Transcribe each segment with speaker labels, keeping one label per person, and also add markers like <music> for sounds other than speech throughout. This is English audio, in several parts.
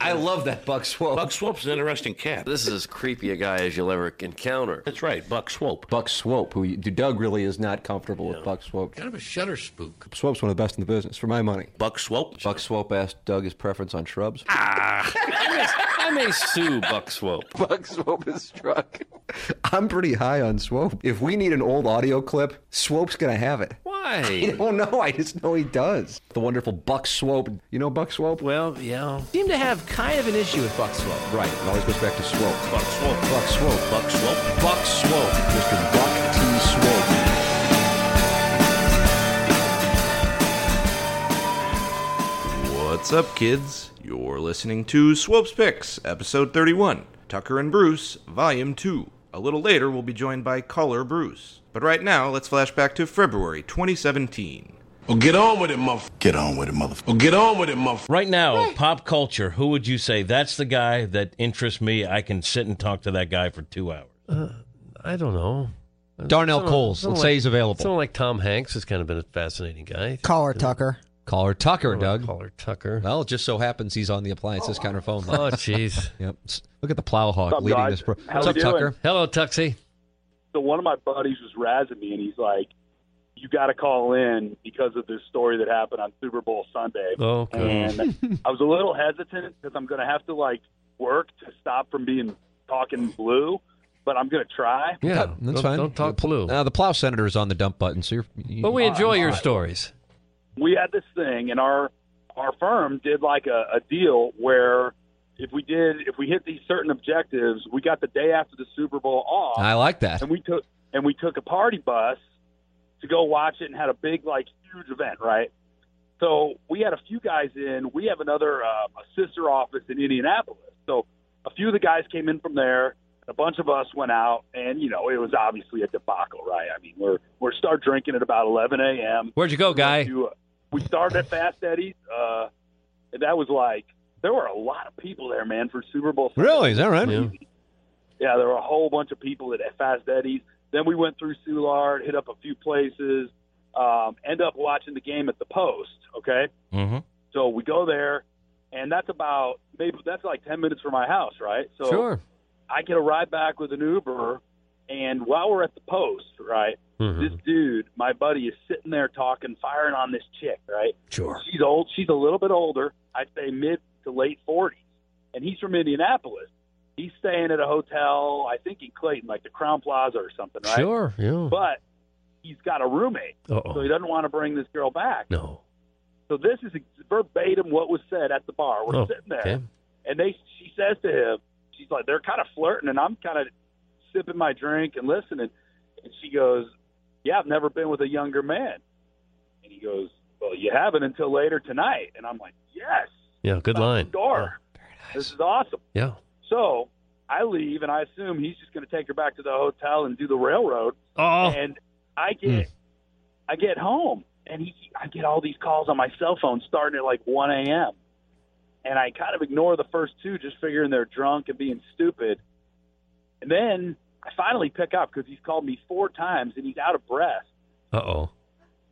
Speaker 1: I love that Buck Swope.
Speaker 2: Buck Swope's an interesting cat.
Speaker 1: This is as creepy a guy as you'll ever encounter.
Speaker 2: That's right, Buck Swope.
Speaker 3: Buck Swope, who you- Doug really is not comfortable with Buck Swope.
Speaker 2: Kind of a shutter spook.
Speaker 3: Swope's one of the best in the business, for my money.
Speaker 2: Buck Swope.
Speaker 3: Buck Swope asked Doug his preference on shrubs.
Speaker 2: I may sue Buck Swope.
Speaker 4: Buck Swope is struck.
Speaker 3: <laughs> I'm pretty high on Swope. If we need an old audio clip, Swope's going to have it. I <laughs>
Speaker 2: Why?
Speaker 3: don't know. I just know he does. The wonderful Buck Swope. You know Buck Swope?
Speaker 1: Well, yeah.
Speaker 5: Seem to have kind of an issue with Buck Swope.
Speaker 3: Right. It always goes back to Swope.
Speaker 2: Buck Swope.
Speaker 3: Buck Swope.
Speaker 2: Buck Swope.
Speaker 3: Buck Swope. Mr. Buck T. Swope.
Speaker 6: What's up, kids? You're listening to Swope's Picks, episode 31, Tucker and Bruce, volume 2. A little later, we'll be joined by caller Bruce. But right now, let's flash back to February 2017.
Speaker 7: Well, get on with it, motherfucker. Get on with it, motherfucker. Well, get on with it, motherfucker.
Speaker 8: Right now, pop culture, who would you say that's the guy that interests me? I can sit and talk to that guy for two hours.
Speaker 2: I don't know.
Speaker 5: Darnell
Speaker 2: Someone-
Speaker 5: Coles. Let's
Speaker 2: someone
Speaker 5: say
Speaker 2: like-
Speaker 5: he's available.
Speaker 2: Someone like Tom Hanks has kind of been a fascinating guy.
Speaker 9: Caller Tucker.
Speaker 5: Call her Tucker,
Speaker 2: Someone like
Speaker 5: Doug.
Speaker 2: Caller Tucker.
Speaker 5: Well, it just so happens he's on the appliances counter phone line.
Speaker 2: Oh, jeez.
Speaker 5: Yep. S- Look at the plowhawk leading this. Pro- What's up, Tucker?
Speaker 2: Hello, Tuxie.
Speaker 7: So one of my buddies was razzing me, and he's like, "You got to call in because of this story that happened on Super Bowl
Speaker 2: <laughs>
Speaker 7: Sunday."
Speaker 2: Okay.
Speaker 7: And I was a little hesitant because I'm going to have to like work to stop from being talking blue, but I'm going to try.
Speaker 2: Yeah,
Speaker 5: that's
Speaker 2: don't,
Speaker 5: fine. Uh,
Speaker 2: Don't talk blue.
Speaker 5: Now the plow senator is on the dump button, so you're. You,
Speaker 2: But we enjoy your stories.
Speaker 7: we had this thing, and our our firm did like a, a deal where if we did if we hit these certain objectives, we got the day after the Super Bowl off,
Speaker 5: I like that.
Speaker 7: and we took and we took a party bus to go watch it, and had a big like huge event, right? So we had a few guys in. We have another uh, a sister office in Indianapolis, so a few of the guys came in from there. A bunch of us went out, and you know it was obviously a debacle, right? I mean, we're we're start drinking at about 11 a.m.
Speaker 2: Where'd you go, guy?
Speaker 7: You, uh, we started at Fast Eddie's. Uh, and that was like there were a lot of people there, man, for Super Bowl. Sunday.
Speaker 5: Really? Is that right?
Speaker 2: Yeah.
Speaker 7: Yeah, there were a whole bunch of people at at Fast Eddie's. Then we went through Soulard, hit up a few places, um, end up watching the game at the Post. Okay,
Speaker 8: Mm-hmm.
Speaker 7: so we go there, and that's about maybe that's like ten minutes from my house, right? So
Speaker 2: Sure.
Speaker 7: I get a ride back with an Uber, and while we're at the Post, right,
Speaker 2: Mhm.
Speaker 7: this dude, my buddy, is sitting there talking, firing on this chick, right?
Speaker 2: Sure.
Speaker 7: She's old. She's a little bit older. I'd say mid to late 40s. And he's from Indianapolis. He's staying at a hotel, I think in Clayton, like the Crown Plaza or something, right?
Speaker 2: Sure. Yeah.
Speaker 7: But he's got a roommate, so he
Speaker 2: Uh-oh.
Speaker 7: doesn't want to bring this girl back.
Speaker 2: No.
Speaker 7: So this is ex- verbatim what was said at the bar. We're
Speaker 2: Oh,
Speaker 7: sitting there,
Speaker 2: okay.
Speaker 7: and they she says to him, she's like, they're kind of flirting, and I'm kind of sipping my drink and listening. And she goes, "Yeah, I've never been with a younger man." And he goes, "Well, you haven't until later tonight." And I'm like, "Yes,
Speaker 2: Yeah, good
Speaker 7: about
Speaker 2: line.
Speaker 7: the Door. This is awesome."
Speaker 2: Yeah.
Speaker 7: So I leave, and I assume he's just going to take her back to the hotel and do the railroad.
Speaker 2: Oh.
Speaker 7: And I get, I get home, and he, I get all these calls on my cell phone starting at like 1 a.m. And I kind of ignore the first two, just figuring they're drunk and being stupid. And then I finally pick up because he's called me four times and he's out of breath.
Speaker 2: Uh oh.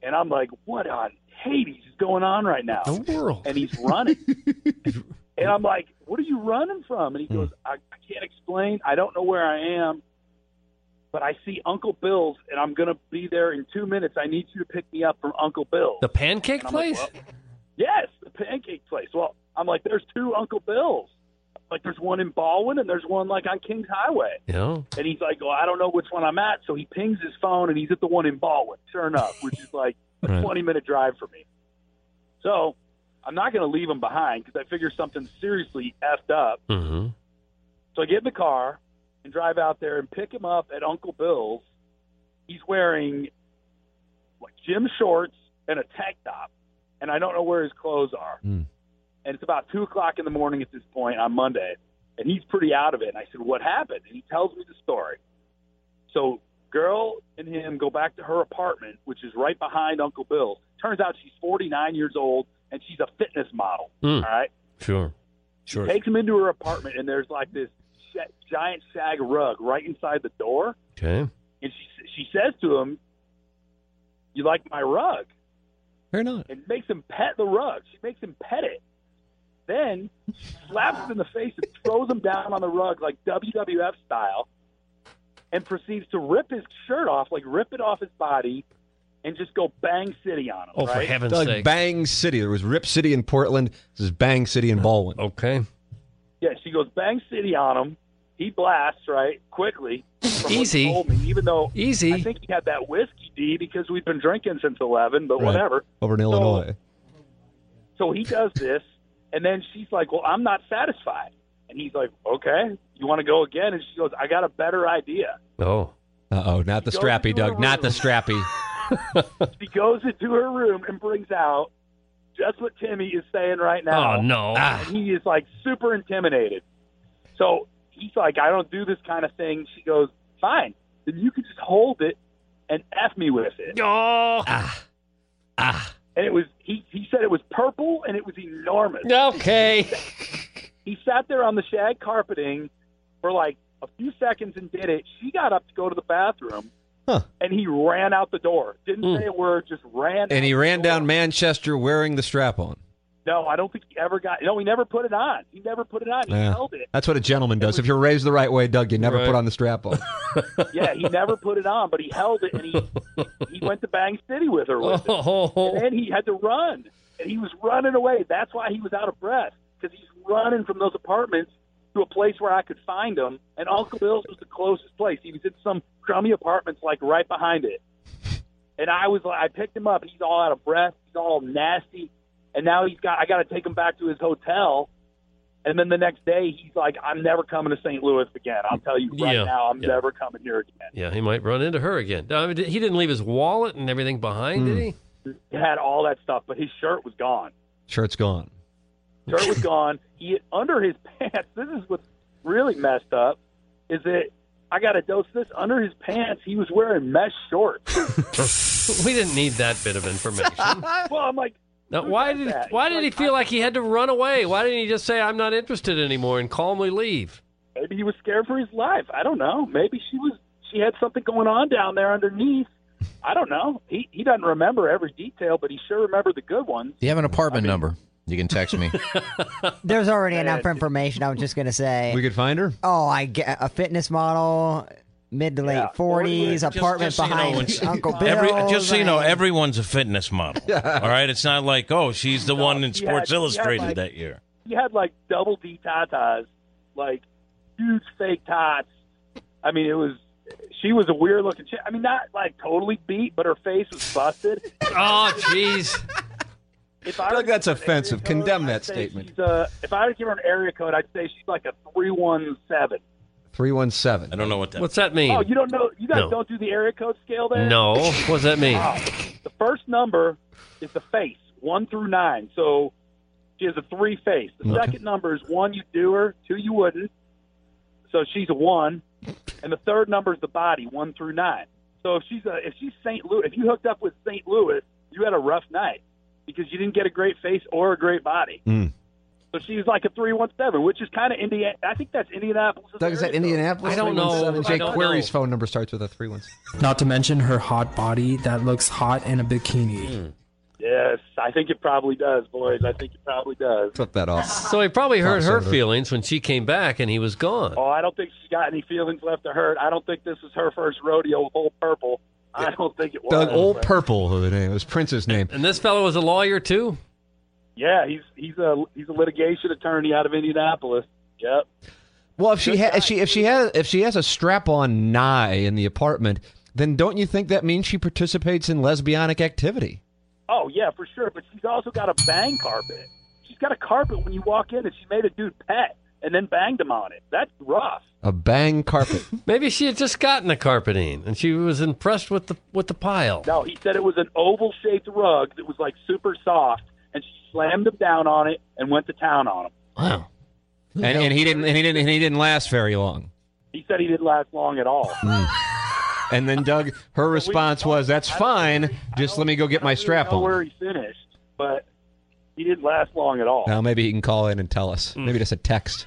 Speaker 7: And I'm like, what on Hades is going on right now?
Speaker 2: The world.
Speaker 7: and he's
Speaker 2: <laughs>
Speaker 7: running. and I'm like, "What are you running from?"
Speaker 2: Hmm.
Speaker 7: And he goes, I, "I can't explain. I don't know where I am, but I see Uncle Bill's, and I'm gonna be there in two minutes. I need you to pick me up from Uncle Bill's."
Speaker 2: The pancake
Speaker 7: And I'm like,
Speaker 2: place?
Speaker 7: "Well, yes, the pancake place. Well, I'm like, "There's two Uncle Bill's. Like, there's one in Baldwin, and there's one like on Kings Highway."
Speaker 2: Yeah.
Speaker 7: And he's like, "Well, I don't know which one I'm at." So he pings his phone, and he's at the one in Baldwin. Sure enough, which is like a 20 minute drive for me. So I'm not going to leave him behind because I figure something seriously effed up.
Speaker 2: Mm-hmm.
Speaker 7: So I get in the car and drive out there and pick him up at Uncle Bill's. He's wearing like gym shorts and a tank top, and I don't know where his clothes are. and it's about two o'clock in the morning at this point on Monday, and he's pretty out of it. And I said, "What happened?" And he tells me the story. So, girl and him go back to her apartment, which is right behind Uncle Bill's. Turns out she's 49 years old and she's a fitness model.
Speaker 8: Mm.
Speaker 7: All right,
Speaker 8: Sure. Sure.
Speaker 7: takes him into her apartment, and there's like this sh- giant shag rug right inside the door,
Speaker 8: Okay.
Speaker 7: and she she says to him, "You like my rug?"
Speaker 3: Fair not.
Speaker 7: and makes him pet the rug. She makes him pet it. Then slaps him in the face and throws him down on the rug like WWF style, and proceeds to rip his shirt off, like rip it off his body, and just go bang city on him.
Speaker 8: Oh, for
Speaker 7: right?
Speaker 8: heaven's
Speaker 3: Doug,
Speaker 8: sake.
Speaker 3: Bang City. There was Rip City in Portland. This is Bang City in Baldwin.
Speaker 7: Oh,
Speaker 8: Okay.
Speaker 7: Yeah, she goes bang city on him. He blasts right
Speaker 2: <laughs>
Speaker 7: quickly. from what he
Speaker 2: Easy.
Speaker 7: told me, even though
Speaker 2: Easy.
Speaker 7: I think he had that whiskey D because we've been drinking since eleven, but
Speaker 3: Right.
Speaker 7: whatever.
Speaker 3: Over in
Speaker 7: So-
Speaker 3: Illinois.
Speaker 7: So he does this, and then she's like, "Well, I'm not satisfied." And he's like, "Okay, you want to go again?" And she goes, "I got a better idea."
Speaker 8: Oh.
Speaker 3: Uh oh, not the
Speaker 7: Go
Speaker 3: strappy,
Speaker 7: into a
Speaker 3: Doug. Not the
Speaker 7: room.
Speaker 3: strappy.
Speaker 7: She goes into her room and brings out just what Timmy is saying right now.
Speaker 8: Oh, no.
Speaker 7: And he is like super intimidated. So he's like, "I don't do this kind of thing." She goes, "Fine, then you can just hold it and f me with it."
Speaker 8: Oh.
Speaker 7: And it was he. He said it was purple and it was enormous.
Speaker 8: Okay.
Speaker 7: He sat there on the shag carpeting for like a few seconds and did it. She got up to go to the bathroom,
Speaker 3: Huh.
Speaker 7: and he ran out the door. Didn't say a word, just ran. out
Speaker 3: And he
Speaker 7: the
Speaker 3: ran
Speaker 7: door.
Speaker 3: down Manchester wearing the strap on.
Speaker 7: No, I don't think he ever got. No, he never put it on. He never put it on. He
Speaker 3: Yeah.
Speaker 7: held it.
Speaker 3: That's what a gentleman does. If you're raised the right way, Doug, you never
Speaker 8: Right.
Speaker 3: put on the strap
Speaker 5: <laughs>
Speaker 3: on.
Speaker 7: Yeah, he never put it on, but he held it, and he he went to Bang City with her. With it.
Speaker 8: Oh.
Speaker 7: And then he had to run, and he was running away. That's why he was out of breath because he's running from those apartments to a place where I could find him. And Uncle Bill's was the closest place. He was in some crummy apartments, like right behind it. And I was like, I picked him up. He's all out of breath. He's all nasty. And now he's got. I got to take him back to his hotel. And then the next day, he's like, "I'm never coming to St. Louis again. I'll tell you right
Speaker 2: Yeah.
Speaker 7: now, I'm
Speaker 2: Yeah.
Speaker 7: never coming here again."
Speaker 2: Yeah, he might run into her again. No, I mean, he didn't leave his wallet and everything behind, did he?
Speaker 7: He had all that stuff, but his shirt was gone.
Speaker 3: Shirt's gone.
Speaker 2: <laughs>
Speaker 7: shirt was gone. He under his <laughs> pants. This is what's really messed up. Is that I got to dose this under his pants. He was wearing mesh
Speaker 2: <laughs>
Speaker 7: shorts.
Speaker 2: We didn't need that bit of information.
Speaker 7: well, I'm like,
Speaker 2: Now,
Speaker 7: Who
Speaker 2: why
Speaker 7: does
Speaker 2: did
Speaker 7: that?
Speaker 2: why
Speaker 7: It's
Speaker 2: did he
Speaker 7: like,
Speaker 2: feel like he had to run away? Why didn't he just say I'm not interested anymore and calmly leave?
Speaker 7: maybe he was scared for his life. I don't know. Maybe she was. She had something going on down there underneath. I don't know. He he doesn't remember every detail, but he sure remembered the good ones.
Speaker 10: Do you have an apartment number? You can text
Speaker 5: <laughs>
Speaker 10: me.
Speaker 6: There's already enough information. I was just gonna say.
Speaker 3: We could find her.
Speaker 6: oh, I get a fitness model, mid to late forties,
Speaker 8: Just-
Speaker 6: apartment
Speaker 8: just so you know,
Speaker 6: behind
Speaker 8: it's-
Speaker 6: Uncle Bill.
Speaker 8: Every, just so you know, everyone's a fitness model. All right, it's not like oh, she's the one in
Speaker 7: he
Speaker 8: Sports
Speaker 7: had- he had,
Speaker 8: Illustrated
Speaker 7: like-
Speaker 8: that year.
Speaker 7: He had like double D tatas, like huge fake tots. I mean, it was. She was a weird looking chick. I mean, not like totally beat, but her face was busted.
Speaker 2: Oh, jeez.
Speaker 7: If I
Speaker 3: Doug,
Speaker 7: were to
Speaker 3: that's
Speaker 7: give her an
Speaker 3: offensive.
Speaker 7: area
Speaker 3: Condemn that
Speaker 7: I'd say
Speaker 3: statement.
Speaker 7: she's, uh, if I were to give her an area code, I'd say she's like a three one seven.
Speaker 3: 317.
Speaker 8: I don't know what that.
Speaker 2: What's that mean?
Speaker 7: Oh, you don't know? You guys
Speaker 2: No.
Speaker 7: don't do the area code scale there?
Speaker 2: no. What does that mean?
Speaker 7: Wow. The first number is the face, one through nine. So she has a three face. The
Speaker 3: Okay.
Speaker 7: second number is one you do her, two you wouldn't. So she's a one, and the third number is the body, one through nine. So if she's a, if she's St. Louis, if you hooked up with St. Louis, you had a rough night because you didn't get a great face or a great body.
Speaker 3: Hmm.
Speaker 7: So she's like a three one seven, which is kind of Indiana. I think that's Indianapolis.
Speaker 11: Doug, is that Indianapolis?
Speaker 2: I don't know.
Speaker 11: 317?
Speaker 2: I
Speaker 3: Jake
Speaker 2: don't
Speaker 3: Query's
Speaker 2: know.
Speaker 3: phone number starts with a 317.
Speaker 12: Not to mention her hot body that looks hot in a bikini.
Speaker 7: Yes, I think it probably does, boys. I think it probably does.
Speaker 3: Flip that off.
Speaker 2: So he probably hurt her
Speaker 3: Crossover.
Speaker 2: feelings when she came back and he was gone.
Speaker 7: Oh, I don't think she's got any feelings left to hurt. I don't think this is her first rodeo with Old Purple. I don't think it was.
Speaker 3: Doug, Old
Speaker 7: but-
Speaker 3: Purple, who the name was Prince's name.
Speaker 2: And this fellow was a lawyer too.
Speaker 7: Yeah, he's he's a he's a litigation attorney out of Indianapolis. Yep.
Speaker 3: Well, if she ha- if she if she has if she has a strap on nigh in the apartment, then don't you think that means she participates in lesbianic activity?
Speaker 7: Oh yeah, for sure. But she's also got a bang carpet. She's got a carpet when you walk in, and she made a dude pet and then banged him on it. That's rough.
Speaker 3: A bang carpet.
Speaker 2: Maybe she had just gotten the carpeting and she was impressed with the with the pile.
Speaker 7: No, he said it was an oval shaped rug that was like super soft,
Speaker 13: and she slammed him down on it and went to town on him.
Speaker 3: Wow. <laughs> And, and he didn't and he didn't and he didn't last very long.
Speaker 13: He said he didn't last long at
Speaker 3: <laughs>
Speaker 13: all.
Speaker 3: And then Doug, her response was, "That's fine. Just let me go get my
Speaker 13: I
Speaker 3: strap
Speaker 13: don't know
Speaker 3: on."
Speaker 13: where he finished, but he didn't last long at all.
Speaker 3: Now maybe he can call Mm. in and tell us. Maybe just a <laughs> text.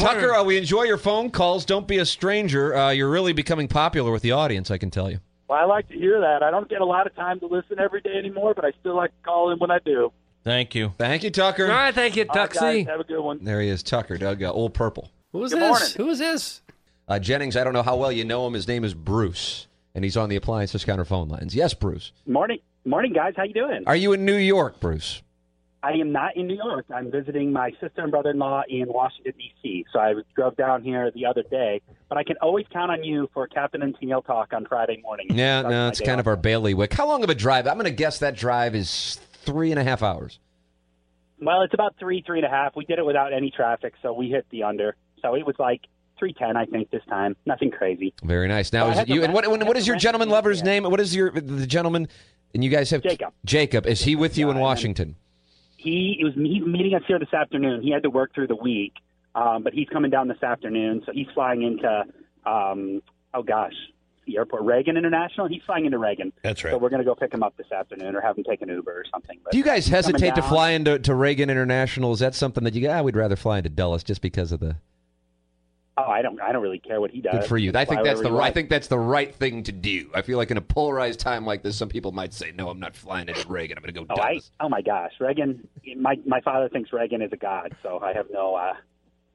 Speaker 3: Tucker, uh, we enjoy your phone calls. Don't be a stranger. Uh, you're really becoming popular with the audience. I can tell you.
Speaker 13: Well, I like to hear that. I don't get a lot of time to listen every day anymore, but I still like to call in when I do.
Speaker 8: Thank you.
Speaker 3: Thank you, Tucker.
Speaker 2: All right, thank you,
Speaker 13: All right,
Speaker 2: Tuxie.
Speaker 13: guys, have a good one.
Speaker 3: There he is, Tucker. Doug, uh, old purple.
Speaker 2: Who is
Speaker 13: Good
Speaker 2: this?
Speaker 13: morning.
Speaker 2: Who is this?
Speaker 3: Uh, Jennings, I don't know how well you know him. His name is Bruce, and he's on the appliance discounter phone lines. Yes, Bruce.
Speaker 7: Morning, morning, guys. How you doing?
Speaker 3: Are you in New York, Bruce?
Speaker 7: I am not in New York. I'm visiting my sister and brother-in-law in Washington D.C. So I drove down here the other day. But I can always count on you for Captain and Tennille talk on Friday morning.
Speaker 3: Yeah, no, it's kind of our bailiwick. How long of a drive? I'm going to guess that drive is three and a half hours.
Speaker 7: Well, it's about three, three and a half. We did it without any traffic, so we hit the under. So it was like three ten, I think, this time. Nothing crazy.
Speaker 3: Very nice. Now,
Speaker 7: Well, I
Speaker 3: is
Speaker 7: had
Speaker 3: it
Speaker 7: to
Speaker 3: you? And
Speaker 7: rent-
Speaker 3: what,
Speaker 7: I
Speaker 3: what
Speaker 7: had
Speaker 3: is
Speaker 7: to
Speaker 3: your
Speaker 7: rent
Speaker 3: gentleman lover's name? What is your the gentleman? And you guys have
Speaker 7: Jacob.
Speaker 3: Jacob. Is he with you in Washington?
Speaker 7: He it was he's meeting us here this afternoon. He had to work through the week, um, but he's coming down this afternoon. So he's flying into um, oh gosh, the airport Reagan International. He's flying into Reagan.
Speaker 8: That's right.
Speaker 7: So we're gonna go pick him up this afternoon, or have him take an Uber or something. But
Speaker 3: Do you guys
Speaker 7: he's coming
Speaker 3: hesitate to
Speaker 7: down.
Speaker 3: fly into to Reagan International? Is that something that you? Ah, we'd rather fly into Dulles just because of the.
Speaker 7: Oh, I don't. I don't really care what he does.
Speaker 3: Good for you.
Speaker 7: Just
Speaker 3: I
Speaker 7: fly
Speaker 3: think that's
Speaker 7: wherever
Speaker 3: the
Speaker 7: he
Speaker 3: right. I
Speaker 7: wants.
Speaker 3: think that's the right thing to do. I feel like in a polarized time like this, some people might say, "No, I'm not flying into Reagan. I'm going to go."
Speaker 7: Oh, I, oh my gosh, Reagan! My my father thinks Reagan is a god, so I have no uh,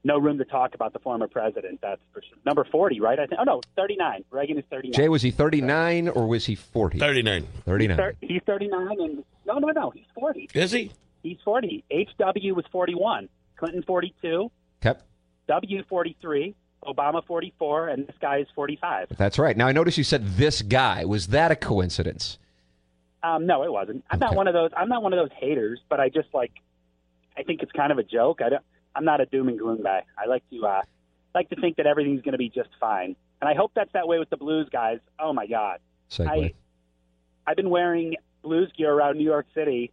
Speaker 7: no room to talk about the former president. That's for sure. Number forty, right? I think. Oh no, thirty nine. Reagan is thirty nine.
Speaker 3: Jay, was he 39 or was he 40? 39. 39.
Speaker 7: Thir- He's 39 and no, no, no. He's 40.
Speaker 3: Is he?
Speaker 7: He's 40. HW was 41. Clinton 42.
Speaker 3: Yep.
Speaker 7: W 43. Obama 44. And this guy is 45.
Speaker 3: That's right. Now I notice you said this guy. Was that a coincidence?
Speaker 7: Um, no, it wasn't. I'm not one of those. I'm not one of those haters. But I just like. I think it's kind of a joke. I don't. I'm not a doom and gloom guy. I like to uh, like to think that everything's going to be just fine. And I hope that's that way with the blues guys. Oh my God.
Speaker 3: Segue.
Speaker 7: I've been wearing blues gear around New York City,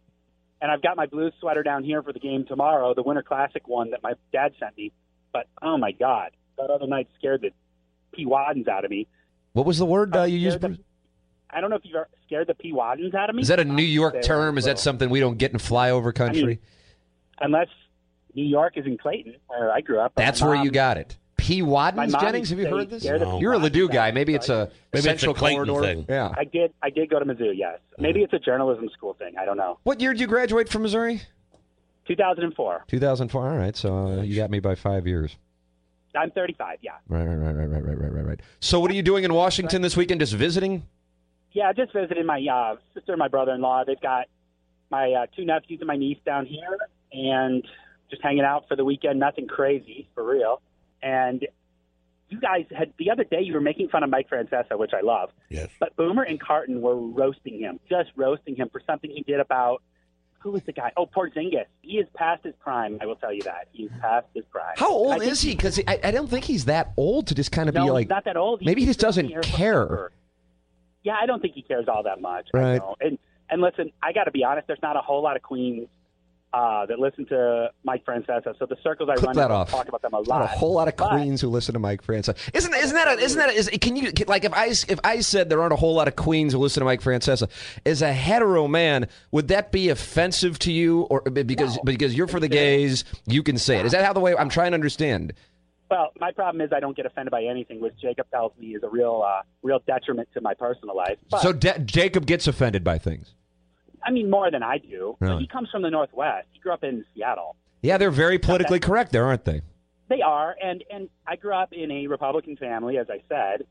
Speaker 7: and I've got my blues sweater down here for the game tomorrow, the Winter Classic one that my dad sent me. But oh my God, that other night scared the pee waddens out of me.
Speaker 3: What was the word uh, you used? Bruce?
Speaker 7: I don't know if you've ever scared the pee waddens out of me.
Speaker 3: Is that a New York
Speaker 7: They-
Speaker 3: term? Is that something we don't get in flyover country?
Speaker 7: Unless New York is in Clayton, where I grew up. but um, my
Speaker 3: That's where
Speaker 7: mom-
Speaker 3: you got it. P.
Speaker 7: my
Speaker 3: Waddens,
Speaker 7: mom
Speaker 3: Jennings. Have you
Speaker 7: stayed
Speaker 3: heard this?
Speaker 7: scared of
Speaker 3: You're a
Speaker 7: Piwadens
Speaker 3: Ladue guy.
Speaker 7: out,
Speaker 3: Maybe
Speaker 7: so
Speaker 3: it's
Speaker 7: I-
Speaker 3: a central corridor. Yeah.
Speaker 7: I did. I did go to Mizzou. Yes. Maybe it's a journalism school thing. I don't know.
Speaker 3: What year did you graduate from Missouri?
Speaker 7: 2004.
Speaker 3: 2004. All right, so uh, you got me by five years.
Speaker 7: I'm 35. Yeah.
Speaker 3: Right, right, right, right, right, right, right, right, right. So, what are you doing in Washington this weekend? Just visiting?
Speaker 7: Yeah, I just visited my uh, sister and my brother-in-law. They've got my uh, two nephews and my niece down here, and just hanging out for the weekend. Nothing crazy, for real. And you guys had the other day. You were making fun of Mike Francesa, which I love.
Speaker 14: Yes.
Speaker 7: But Boomer and Carton were roasting him, just roasting him for something he did about who was the guy? Oh, Porzingis. He is past his prime. I will tell you that he's past his prime.
Speaker 3: How
Speaker 7: I
Speaker 3: old
Speaker 7: think
Speaker 3: is he? Because I, I don't think he's that old to just kind of
Speaker 7: No,
Speaker 3: be
Speaker 7: he's
Speaker 3: like.
Speaker 7: not that old. He's
Speaker 3: Maybe he just
Speaker 7: fifteen
Speaker 3: doesn't
Speaker 7: years old.
Speaker 3: care.
Speaker 7: Yeah, I don't think he cares all that much. I
Speaker 3: Right.
Speaker 7: don't. And and listen, I got to be honest. There's not a whole lot of queens uh, that listen to Mike Francesa. So the circles I
Speaker 3: Clip
Speaker 7: run
Speaker 3: that
Speaker 7: in
Speaker 3: off.
Speaker 7: talk about them a
Speaker 3: There's Not a
Speaker 7: lot.
Speaker 3: whole lot of queens who listen to Mike Francesa. Isn't isn't that a, isn't that a, is, can you can- like if I s- if I said there aren't a whole lot of queens who listen to Mike Francesa as a hetero man would that be offensive to you or because because you're for the gays you can say it is that how the way I'm trying to understand
Speaker 7: Well, my problem is I don't get offended by anything, which Jacob tells me is a real uh, real detriment to my personal life. But
Speaker 3: so De- Jacob gets offended by things
Speaker 7: I mean, more than I do. But
Speaker 3: Really?
Speaker 7: He comes from the Northwest. He grew up in Seattle.
Speaker 3: yeah they're very politically correct there aren't they
Speaker 7: They are, and and I grew up in a Republican family, as I said,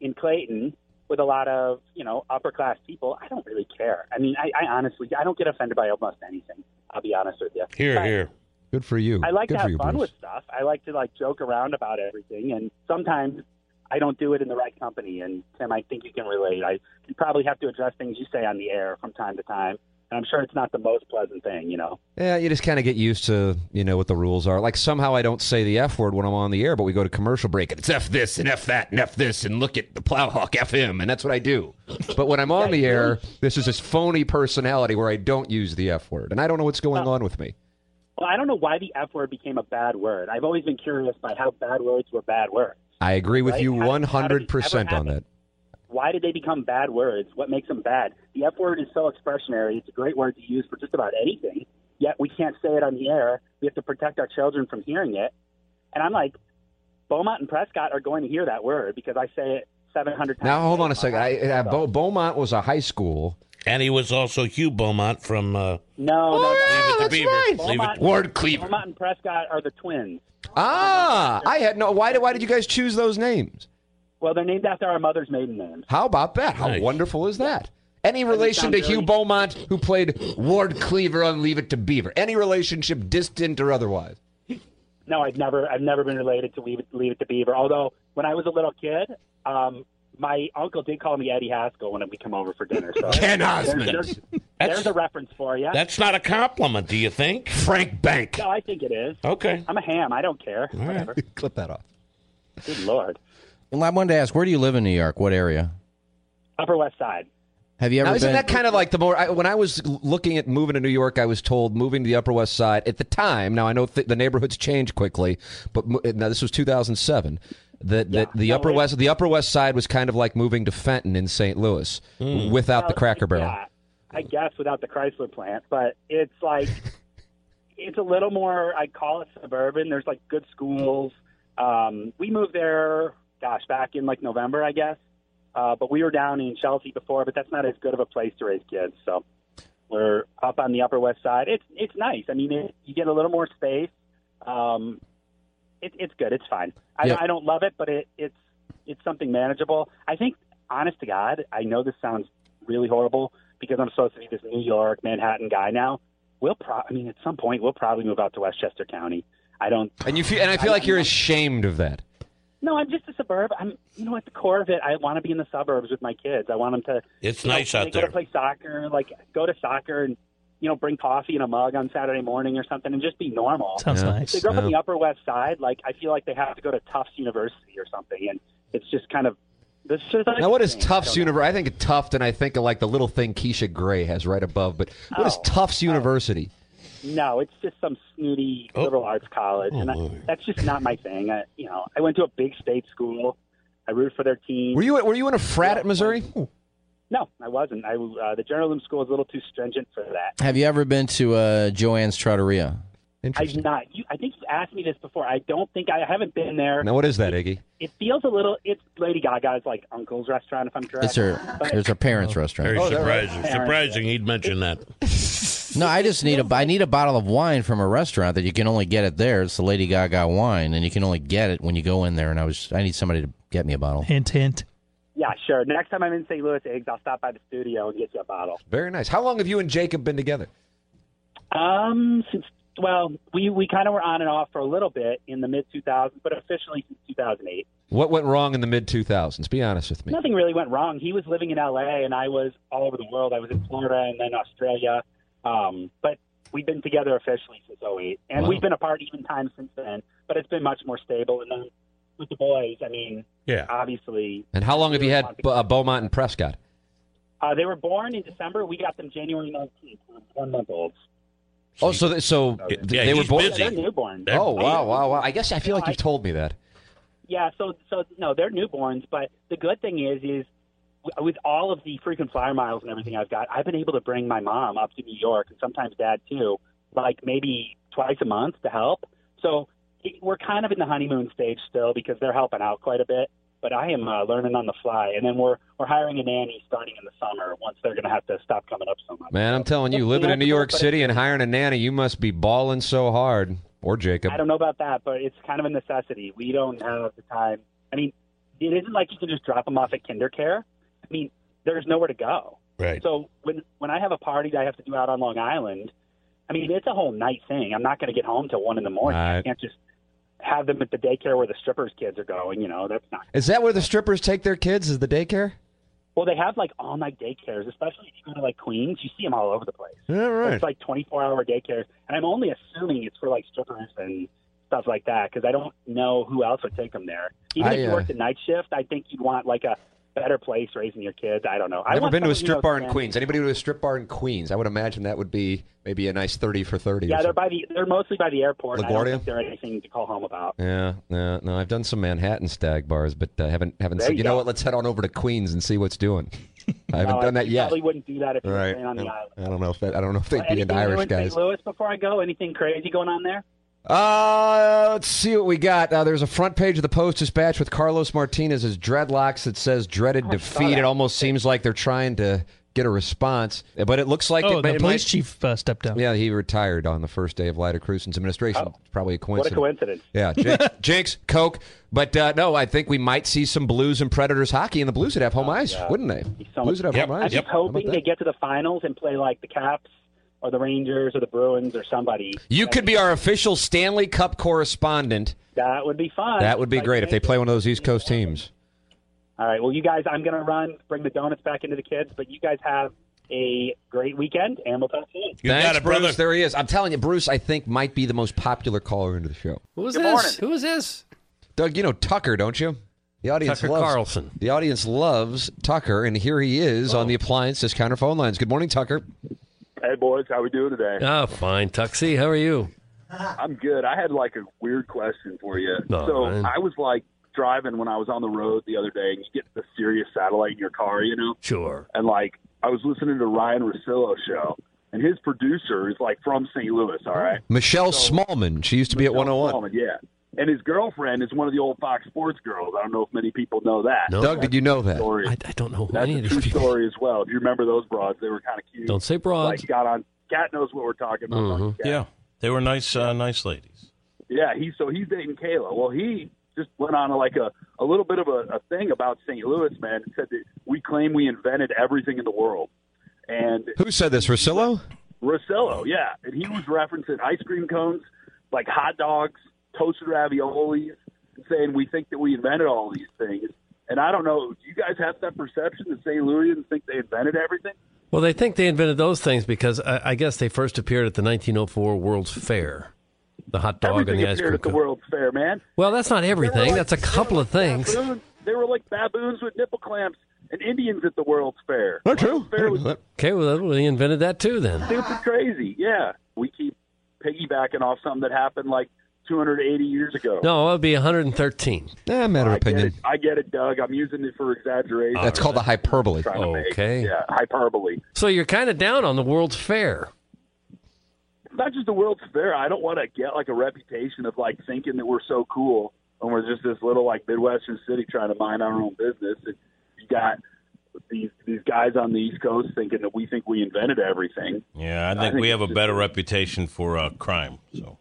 Speaker 7: in Clayton, with a lot of you know upper class people. I don't really care. I mean, I, I honestly, I don't get offended by almost anything. I'll be honest with you. But
Speaker 3: good for you
Speaker 7: I like
Speaker 3: good
Speaker 7: to
Speaker 3: for
Speaker 7: have
Speaker 3: you,
Speaker 7: fun
Speaker 3: Bruce.
Speaker 7: with stuff. I like to like joke around about everything, and sometimes I don't do it in the right company. And Tim, I think you can relate. I you probably have to address things you say on the air from time to time. And I'm sure it's not the most pleasant thing, you know.
Speaker 3: Yeah, you just kind of get used to, you know, what the rules are. Like somehow I don't say the F word when I'm on the air, but we go to commercial break and it's F this and F that and F this and look at the Plowhawk FM and that's what I do. But when I'm on the air, this is this phony personality where I don't use the F word and I don't know what's going on with me.
Speaker 7: Well, I don't know why the F word became a bad word. I've always been curious by how bad words were bad words.
Speaker 3: I agree with
Speaker 7: Right?
Speaker 3: you
Speaker 7: How did- how did it
Speaker 3: 100%
Speaker 7: ever
Speaker 3: on that.
Speaker 7: Why did they become bad words? What makes them bad? The F word is so expressionary. It's a great word to use for just about anything. Yet we can't say it on the air. We have to protect our children from hearing it. And I'm like, Beaumont and Prescott are going to hear that word because I say it 700 times.
Speaker 3: Now hold on a second. I, I, Beau- Beaumont was a high school.
Speaker 5: And he was also Hugh Beaumont from uh,
Speaker 7: Oh, No,
Speaker 3: Ah,
Speaker 5: Leave it
Speaker 7: no,
Speaker 5: to
Speaker 7: no.
Speaker 5: Beaver. Leave it
Speaker 7: Beaumont-
Speaker 5: to Ward Cleaver.
Speaker 7: Beaumont and Prescott are the twins.
Speaker 3: Ah, I had no. Why did why did you guys choose those names?
Speaker 7: Well, they're named after our mother's maiden names.
Speaker 3: How about that? How wonderful is that? Any relation
Speaker 7: sound
Speaker 3: to
Speaker 7: very-
Speaker 3: Hugh Beaumont, who played Ward Cleaver on Leave It to Beaver? Any relationship, distant or otherwise?
Speaker 7: No, I've never, I've never been related to Leave It, Leave it to Beaver. Although when I was a little kid, um, my uncle did call me Eddie Haskell when we come over for dinner. So
Speaker 5: <laughs> Ken
Speaker 7: there's-
Speaker 5: Osmond.
Speaker 7: There's,
Speaker 5: That's-
Speaker 7: there's a reference for you.
Speaker 5: That's not a compliment, do you think? Frank Bank.
Speaker 7: No, I think it is.
Speaker 5: Okay.
Speaker 7: I'm a ham. I don't care. Whatever.
Speaker 3: Clip that off.
Speaker 7: Good lord.
Speaker 8: Well, I wanted to ask, where do you live in New York? What area?
Speaker 7: Upper West Side.
Speaker 8: Have you ever
Speaker 3: now, isn't
Speaker 8: been?
Speaker 3: that kind of like the more? I, when I was l- looking at moving to New York, I was told moving to the Upper West Side at the time. Now I know th- the neighborhoods change quickly, but mo- now this was 2007. That, that the Upper West the Upper West Side was kind of like moving to Fenton in St. Louis
Speaker 7: Mm.
Speaker 3: without
Speaker 7: Well,
Speaker 3: the Cracker Barrel.
Speaker 7: yeah, I guess without the Chrysler plant, but it's like <laughs> it's a little more. I call it suburban. There's like good schools. Um, we moved there, gosh, back in like November, I guess. Uh, but we were down in Chelsea before, but that's not as good of a place to raise kids. So we're up on the Upper West Side. It's it's nice. I mean, it, you get a little more space. Um, it, it's good. It's fine. I,
Speaker 15: Yeah.
Speaker 7: I don't love it, but it, it's it's something manageable. I think, honest to God, I know this sounds really horrible because I'm supposed to be this New York, Manhattan guy now. We'll pro- I mean, at some point, we'll probably move out to Westchester County. I don't.
Speaker 3: And you feel, and I feel like you're ashamed of that.
Speaker 7: No, I'm just a suburb. I'm, you know, at the core of it, I want to be in the suburbs with my kids. I want them to.
Speaker 5: It's
Speaker 7: you know,
Speaker 5: nice
Speaker 7: they
Speaker 5: out
Speaker 7: go
Speaker 5: there.
Speaker 7: To play soccer, like go to soccer and you know bring coffee in a mug on Saturday morning or something, and just be normal.
Speaker 16: Sounds Yeah. nice.
Speaker 7: If they grow up on
Speaker 16: Yeah.
Speaker 7: the Upper West Side, like I feel like they have to go to Tufts University or something, and it's just kind of this is.
Speaker 3: Now, what is Tufts University? I think of Tuft, and I think of like the little thing Keisha Gray has right above. But what
Speaker 7: Oh,
Speaker 3: is Tufts University?
Speaker 7: No, it's just some snooty
Speaker 5: Oh.
Speaker 7: liberal arts college, and I, that's just not my thing. I, you know, I went to a big state school. I root for their team.
Speaker 3: Were you were you in a frat at Missouri?
Speaker 7: No, I wasn't. I uh, the journalism school is a little too stringent for that.
Speaker 8: Have you ever been to uh, Joanne's Trattoria?
Speaker 7: I've not. You, I think you've asked me this before. I don't think I haven't been there.
Speaker 8: Now, what is that, Iggy?
Speaker 7: It feels a little. It's Lady Gaga's like uncle's restaurant, if I'm correct.
Speaker 8: It's her.
Speaker 7: But-
Speaker 8: It's her parents' restaurant.
Speaker 7: Oh,
Speaker 5: Very surprising.
Speaker 7: Parents.
Speaker 5: Surprising he'd mention that.
Speaker 8: No, I just need a I need a bottle of wine from a restaurant that you can only get it there. It's the Lady Gaga wine, and you can only get it when you go in there. And I was I need somebody to get me a bottle.
Speaker 16: Hint, hint.
Speaker 7: Yeah, sure. Next time I'm in St. Louis, eggs, I'll stop by the studio and get you a bottle.
Speaker 3: Very nice. How long have you and Jacob been together?
Speaker 7: Um, since well, we we kind of were on and off for a little bit in the mid 2000s, but officially since 2008.
Speaker 3: What went wrong in the mid 2000s? Be honest with me.
Speaker 7: Nothing really went wrong. He was living in LA and I was all over the world. I was in Florida and then Australia. Um, but we've been together officially since 08. And
Speaker 5: Wow.
Speaker 7: we've been apart even times since then, but it's been much more stable. And then with the boys, I mean,
Speaker 3: Yeah.
Speaker 7: obviously,
Speaker 3: And how long have you had B- uh, Beaumont and Prescott?
Speaker 7: uh, they were born in December. We got them January 19th, one month olds.
Speaker 3: Oh, so th- so th-
Speaker 7: Yeah,
Speaker 3: they were
Speaker 7: he's
Speaker 3: born.
Speaker 7: busy. Yeah, they're newborn.
Speaker 3: Oh
Speaker 7: They're-
Speaker 3: wow, wow, wow! I guess I feel like you've told me that.
Speaker 7: Yeah, so so no, they're newborns, but the good thing is is w- with all of the frequent flyer miles and everything I've got, I've been able to bring my mom up to New York and sometimes dad too, like maybe twice a month to help. So it, we're kind of in the honeymoon stage still because they're helping out quite a bit, but I am uh, learning on the fly and then we're we're hiring a nanny starting in the summer once they're going to have to stop coming up so much.
Speaker 3: Man, I'm telling you, living in New York City and hiring a nanny, you must be balling so hard. Or Jacob.
Speaker 7: I don't know about that, but it's kind of a necessity. We don't have the time. I mean, it isn't like you can just drop them off at kinder care. I mean, there's nowhere to go.
Speaker 5: Right.
Speaker 7: So when when I have a party that I have to do out on Long Island, I mean, it's a whole night thing. I'm not going to get home till one in the morning. I
Speaker 3: Right.
Speaker 7: can't just have them at the daycare where the strippers' kids are going. You know, that's not.
Speaker 3: Is that where the strippers take their kids? Is the daycare?
Speaker 5: Well, they have like all night daycares, especially if you go to like Queens. You see them all over the place.
Speaker 17: Yeah, right.
Speaker 5: It's like 24 hour daycares. And I'm only assuming it's for like strippers and stuff like that because I don't know who else would take them there. Even
Speaker 17: I,
Speaker 5: if you
Speaker 17: uh,
Speaker 5: worked a night shift, I think you'd want like a better place raising your kids. I don't know. I
Speaker 3: I've never
Speaker 5: want
Speaker 3: been to a
Speaker 5: someone who
Speaker 3: strip
Speaker 5: knows
Speaker 3: bar in
Speaker 5: Spanish.
Speaker 3: Queens. Anybody to a strip bar in Queens, I would imagine that would be maybe a nice 30 for 30
Speaker 5: Yeah,
Speaker 3: or
Speaker 5: they're by the. They're mostly by the airport. and I don't
Speaker 3: LaGuardia?
Speaker 5: think they're anything to call home about.
Speaker 3: Yeah, no, no. I've done some Manhattan stag bars, but uh, haven't haven't.
Speaker 5: There
Speaker 3: seen-
Speaker 5: you
Speaker 3: you know
Speaker 5: go.
Speaker 3: what? Let's head on over to Queens and see what's
Speaker 5: <laughs>
Speaker 3: doing. I haven't
Speaker 5: No,
Speaker 3: done that
Speaker 5: you
Speaker 3: yet.
Speaker 5: Probably wouldn't do that if you were
Speaker 3: right.
Speaker 5: staying on the
Speaker 3: I,
Speaker 5: island.
Speaker 3: I don't know if that, I don't know if they'd be
Speaker 5: Anything
Speaker 3: into
Speaker 5: new
Speaker 3: Irish
Speaker 5: in
Speaker 3: guys.
Speaker 5: St. Louis before I go. Anything crazy going on there?
Speaker 3: Uh, let's see what we got. Uh, there's a front page of the Post Dispatch with Carlos Martinez's dreadlocks that says
Speaker 5: Oh,
Speaker 3: "dreaded defeat." It almost seems like they're trying to get a response, but it looks like
Speaker 18: oh,
Speaker 3: it, but
Speaker 18: the
Speaker 3: it
Speaker 18: police
Speaker 3: might-
Speaker 18: chief uh, stepped down.
Speaker 3: Yeah, he retired on the first day of Lyda Cruisen's administration.
Speaker 5: Oh.
Speaker 3: It's probably a
Speaker 18: What a coincidence.
Speaker 3: coincidence. Yeah,
Speaker 5: <laughs>
Speaker 3: Jinx, Jinx Coke. But uh, no, I think we might see some Blues and Predators hockey, and the Blues would have
Speaker 5: Oh,
Speaker 3: home ice, wouldn't they? Blues would have home
Speaker 5: I'm
Speaker 3: ice.
Speaker 5: just
Speaker 3: How about
Speaker 5: hoping
Speaker 3: that?
Speaker 5: they get to the finals and play like the Caps or the Rangers or the Bruins or somebody.
Speaker 3: You could be our official Stanley Cup correspondent.
Speaker 5: That would be fun.
Speaker 3: That would be
Speaker 5: Like,
Speaker 3: great if they play one of those East Coast teams.
Speaker 5: All right. Well, you guys, I'm going to run, bring the donuts back into the kids, but you guys have a great weekend, and we'll talk soon.
Speaker 3: Thanks, Bruce. There he is. I'm telling you, Bruce, I think might be the most popular caller into the show.
Speaker 2: Who is
Speaker 5: Good
Speaker 2: this?
Speaker 5: morning.
Speaker 2: Who is this?
Speaker 3: Doug, you know Tucker, don't you? The audience
Speaker 2: Tucker
Speaker 3: loves
Speaker 2: Carlson.
Speaker 3: The audience loves Tucker, and here he is
Speaker 5: Oh.
Speaker 3: on the appliance discounter phone lines. Good morning, Tucker.
Speaker 7: Hey boys, how we doing today?
Speaker 2: Oh, fine. Tuxie, how are you?
Speaker 7: I'm good. I had like a weird question for you.
Speaker 2: No,
Speaker 7: so
Speaker 2: man.
Speaker 7: I was like driving when I was on the road the other day, and you get the Sirius satellite in your car, you know.
Speaker 2: Sure.
Speaker 7: And like I was listening to Ryan Rossillo show, and his producer is like from St. Louis. All right.
Speaker 3: Michelle Smallman. She used to be at 101.
Speaker 7: Coleman, yeah. And his girlfriend is one of the old Fox Sports girls. I don't know if many people know that.
Speaker 3: Doug, did you know that?
Speaker 7: Story.
Speaker 2: I don't know who
Speaker 7: That's
Speaker 2: any
Speaker 7: a
Speaker 2: of
Speaker 7: true
Speaker 2: these people
Speaker 7: story as well. If you remember those broads, they were kind of cute.
Speaker 8: Don't say broads.
Speaker 7: Like got on. Cat knows what we're talking about.
Speaker 2: Mm-hmm.
Speaker 8: Yeah, they were nice, uh, nice ladies.
Speaker 7: Yeah, he so he's dating Kayla. Well, he just went on like a a little bit of a, a thing about St. Louis, man. And said that we claim we invented everything in the world, and
Speaker 3: Who said this, Rosillo?
Speaker 7: Rosello, yeah, and he was referencing ice cream cones, like hot dogs, toasted raviolis, and saying we think that we invented all these things. And I don't know, do you guys have that perception that St. Louisians think they invented everything?
Speaker 2: Well, they think they invented those things because I, I guess they first appeared at the 1904 World's Fair, the hot dog
Speaker 7: everything
Speaker 2: and the ice
Speaker 7: appeared
Speaker 2: cream.
Speaker 7: at the
Speaker 2: cone.
Speaker 7: World's Fair, man.
Speaker 2: Well, that's not everything.
Speaker 7: like-
Speaker 2: that's a couple of things.
Speaker 7: Baboons, they were like baboons with nipple clamps and Indians at the World's Fair.
Speaker 2: That's
Speaker 7: true. Fair was
Speaker 2: Okay, well, they invented that too then.
Speaker 7: super crazy. Yeah, we keep piggybacking off something that happened like 280 years ago.
Speaker 2: No, it would be 113.
Speaker 3: Eh, matter of opinion.
Speaker 7: I get it, Doug. I'm using it for exaggeration.
Speaker 3: That's called a hyperbole.
Speaker 7: Trying to make-
Speaker 2: Okay.
Speaker 7: Yeah, hyperbole.
Speaker 2: So you're kind of down on the World's Fair.
Speaker 7: It's not just the World's Fair. I don't want to get like a reputation of like thinking that we're so cool and we're just this little like Midwestern city trying to mind our own business. And you got these these guys on the East Coast thinking that we think we invented everything.
Speaker 8: Yeah, I think,
Speaker 7: think
Speaker 8: we have
Speaker 7: it's
Speaker 8: a
Speaker 7: just-
Speaker 8: better reputation for uh, crime. So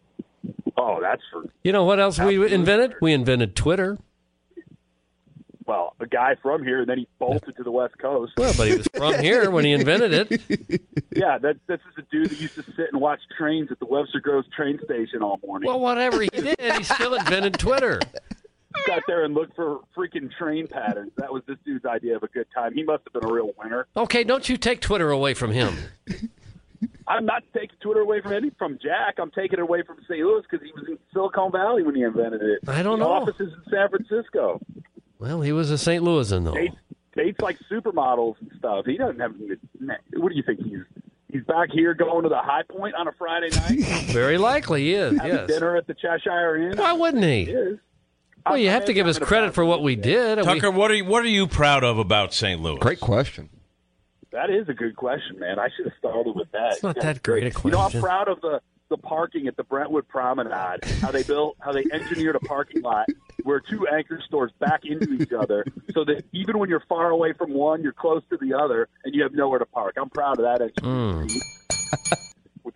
Speaker 7: Oh, that's for
Speaker 2: You know what else we invented? We invented Twitter.
Speaker 7: well, a guy from here, and then he bolted to the West Coast.
Speaker 2: Well, but he was
Speaker 7: <laughs>
Speaker 2: from here when he invented it.
Speaker 7: Yeah, that this is a dude that used to sit and watch trains at the Webster Groves train station all morning.
Speaker 2: Well, whatever he did, he still invented Twitter.
Speaker 7: Sat there and looked for freaking train patterns. That was this dude's idea of a good time. He must have been a real winner.
Speaker 2: Okay, don't you take Twitter away from him.
Speaker 7: I'm not taking Twitter away from any from Jack. I'm taking it away from St. Louis because he was in Silicon Valley when he invented it.
Speaker 2: I don't
Speaker 7: The
Speaker 2: know.
Speaker 7: Offices in San Francisco.
Speaker 2: Well, he was a St. Louisan though.
Speaker 7: Dates, dates like supermodels and stuff. He doesn't have. any- What do you think he's? He's back here going to the High Point on a Friday night,
Speaker 2: <laughs> Very likely he is.
Speaker 7: having
Speaker 2: Yes.
Speaker 7: dinner at the Cheshire Inn.
Speaker 2: Why wouldn't he?
Speaker 7: is.
Speaker 2: Well, you have to give us credit for what we did. and we-
Speaker 8: Tucker, what are you, what are you proud of about St. Louis? Great
Speaker 3: question.
Speaker 7: That is a good question, man. I should have started with that.
Speaker 8: It's not that great a
Speaker 7: You know, I'm
Speaker 8: question.
Speaker 7: proud of the the parking at the Brentwood Promenade. How they built, how they engineered a parking lot where two anchor stores back into each other, so that even when you're far away from one, you're close to the other, and you have nowhere to park. I'm proud of that.
Speaker 8: Hmm.
Speaker 7: engineering feat.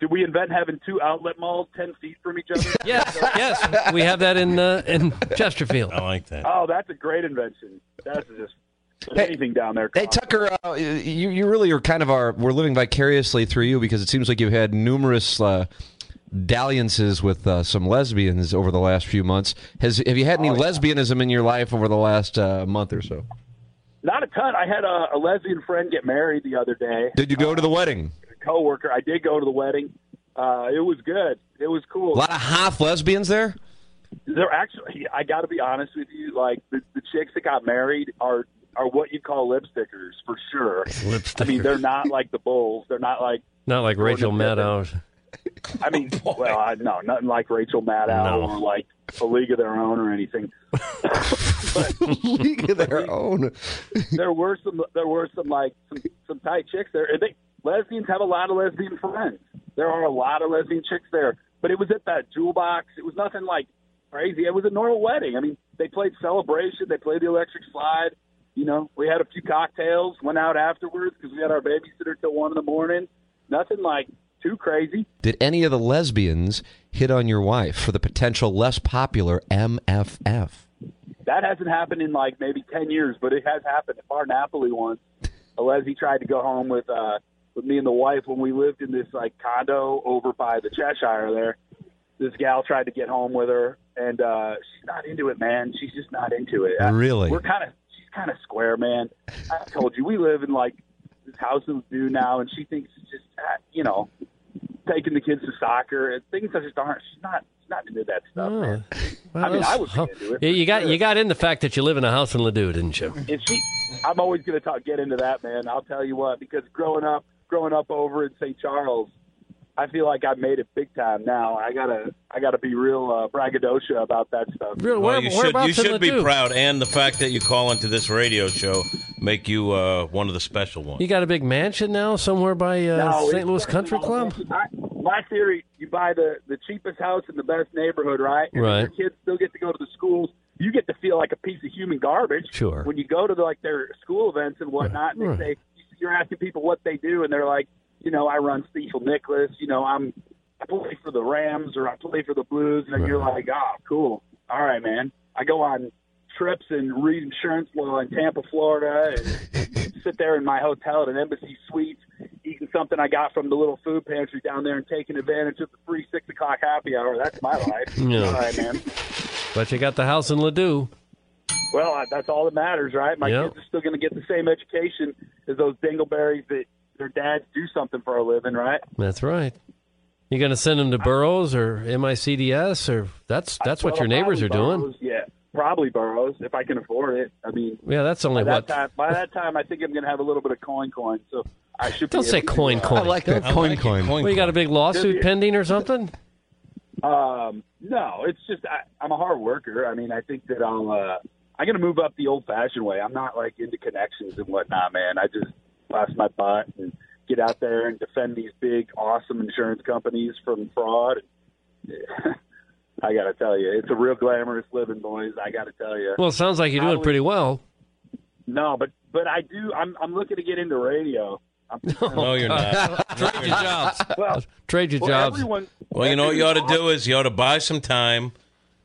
Speaker 7: <laughs> Did we invent having two outlet malls ten feet from each other?
Speaker 2: yes, yes, we have that in uh, in Chesterfield. I
Speaker 8: like that.
Speaker 7: Oh, that's a great invention. That's just put anything down there.
Speaker 3: Hey Tucker, uh, you you really are kind of our we're living vicariously through you because it seems like you've had numerous uh, dalliances with uh, some lesbians over the last
Speaker 7: Oh,
Speaker 3: few months. Has have you had any lesbianism in your life over the last uh, month or so?
Speaker 7: Not a cut. I had a, a lesbian friend get married the other day.
Speaker 3: Did you go to the wedding?
Speaker 7: A coworker. I did go to the wedding. Uh, it was good. It was cool.
Speaker 3: A lot of half lesbians <laughs> there.
Speaker 7: They're actually. I got to be honest with you. Like the, the chicks that got married are are what you call lipstickers for sure. I mean, they're not like the bulls. They're not like
Speaker 2: Not like Rachel Maddow.
Speaker 7: I mean, well, I, no, nothing like Rachel Maddow
Speaker 2: No.
Speaker 7: or like a League of Their Own or anything.
Speaker 3: League of Their Own.
Speaker 7: there were some. There were some like some, some tight chicks there. And they, lesbians have a lot of lesbian friends. There are a lot of lesbian chicks there. But it was at that jewel box. It was nothing like crazy. It was a normal wedding. I mean, they played Celebration. They played the Electric Slide. You know, we had a few cocktails. Went out afterwards because we had our babysitter till one in the morning. Nothing like too crazy.
Speaker 3: Did any of the lesbians hit on your wife for the potential less popular MFF?
Speaker 7: That hasn't happened in like maybe ten years, but it has happened. At Far Napoli once, a lesbian tried to go home with uh, with me and the wife when we lived in this like condo over by the Cheshire. There, this gal tried to get home with her, and uh, she's not into it, man. She's just not into it. I-
Speaker 3: Really?
Speaker 7: we're kind of she's kind of square, man. I told you we live in like this house that we do now, and she thinks it's just uh, you know taking the kids to soccer and things that just aren't. She's not she's not into that stuff.
Speaker 2: Oh.
Speaker 7: I mean, I was
Speaker 2: Well,
Speaker 7: into it.
Speaker 2: you- you got you got in the fact that you live in a house in Ladue, didn't you?
Speaker 7: If she, I'm always going to talk get into that, man. I'll tell you what, because growing up, growing up over in St. Charles, I feel like I made it big time. Now I gotta, I gotta be real uh, braggadocio about that stuff.
Speaker 8: Well, you should, you should be proud, and the fact that you call into this radio show make you uh, one of the special ones.
Speaker 2: You got a big mansion now somewhere by uh,
Speaker 7: No,
Speaker 2: St.
Speaker 7: it's-
Speaker 2: Louis Country Club.
Speaker 7: I, my theory: you buy the the cheapest house in the best neighborhood, right? And
Speaker 2: Right.
Speaker 7: Your kids still get to go to the schools. You get to feel like a piece of human garbage.
Speaker 2: Sure.
Speaker 7: When you go to the, like their school events and whatnot, and they say you're asking people what they do, and they're like, you know, I run Cecil Nicholas. You know, I'm I play for the Rams or I play for the Blues, and then you're like, oh, cool. All right, man. I go on trips and read insurance law in Tampa, Florida,
Speaker 2: <laughs>
Speaker 7: and sit there in my hotel at an embassy suite, eating something I got from the little food pantry down there, and taking advantage of the free six o'clock happy hour. That's
Speaker 2: <laughs>
Speaker 7: my life.
Speaker 2: Yeah.
Speaker 7: All right, man.
Speaker 2: But you got the house in Ladue.
Speaker 7: Well, I- that's all that matters, right? My
Speaker 2: Yep.
Speaker 7: kids are still going to get the same education as those dingleberries that their dads do something for a living, right?
Speaker 2: That's right. You going to send them to Burroughs or MICDS or that's that's what
Speaker 7: Well,
Speaker 2: your neighbors are
Speaker 7: probably
Speaker 2: doing.
Speaker 7: Burroughs, Yeah, probably Burroughs if I can afford it. I mean,
Speaker 2: Yeah, that's only
Speaker 7: by that
Speaker 2: what.
Speaker 7: time, by that time, I think I'm going to have a little bit of coin coin. So I should
Speaker 2: Don't
Speaker 7: be
Speaker 2: say
Speaker 7: able to,
Speaker 2: coin
Speaker 7: uh,
Speaker 2: coin. Don't- Well, you got a big lawsuit pending or something?
Speaker 7: Um, no, it's just I, I'm a hard worker. I mean, I think that I'll uh, I'm gonna move up the old fashioned way. I'm not like into connections and whatnot, man. I just bust my butt and get out there and defend these big, awesome insurance companies from fraud. <laughs> I gotta tell you, it's a real glamorous living, boys. I gotta tell you.
Speaker 2: Well, it sounds like you're
Speaker 7: I
Speaker 2: doing
Speaker 7: was-
Speaker 2: pretty well.
Speaker 7: No, but but I do. I'm I'm looking to get into radio.
Speaker 8: <laughs>
Speaker 7: I'm,
Speaker 8: No,
Speaker 19: <laughs>
Speaker 8: you're not.
Speaker 2: Trade your jobs.
Speaker 7: <laughs> Well,
Speaker 2: Trade your
Speaker 7: well,
Speaker 2: jobs.
Speaker 7: everyone-
Speaker 8: Well, you know what you ought to do is you ought to buy some time,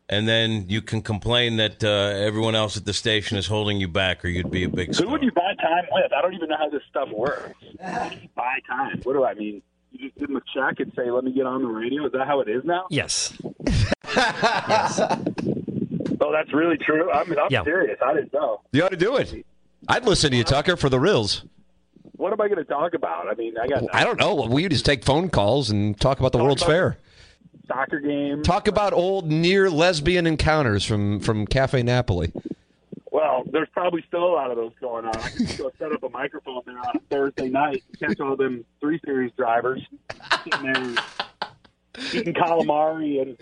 Speaker 8: and then you can complain that uh, everyone else at the station is holding you back, or you'd be a big.
Speaker 7: Who would you buy time with? I don't even know how this stuff works. How do you buy time? What do I mean? You just give them a check and say, "Let me get on the radio." Is that how it is now?
Speaker 2: Yes.
Speaker 7: Oh, that's really true. I'm, I'm
Speaker 3: Yeah.
Speaker 7: serious. I didn't know.
Speaker 3: You ought to do it. I'd listen to you, Tucker, for the reels.
Speaker 7: What am I going to talk about? I mean, I got
Speaker 3: I don't know. We just take phone calls and talk about the World's Fair.
Speaker 7: soccer games.
Speaker 3: Talk about old near lesbian encounters from from Cafe Napoli.
Speaker 7: Well, there's probably still a lot of those going on. I could go set up a microphone there on a Thursday night and catch all them three series drivers sitting there eating calamari and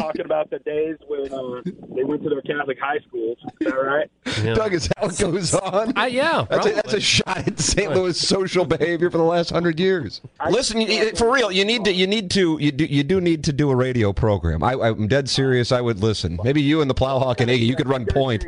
Speaker 7: talking about the days when uh, they went to their Catholic high schools. Is that right?
Speaker 3: Doug, is how it goes on?
Speaker 2: yeah,
Speaker 3: that's a,
Speaker 7: probably.
Speaker 3: that's a shot at St. Louis social behavior for the last hundred years. Listen, you- you, for real, you need to, you need to, you do, you do need to do a radio program. I, I'm dead serious. I would listen. Maybe you and the Plowhawk and Iggy, you could run point.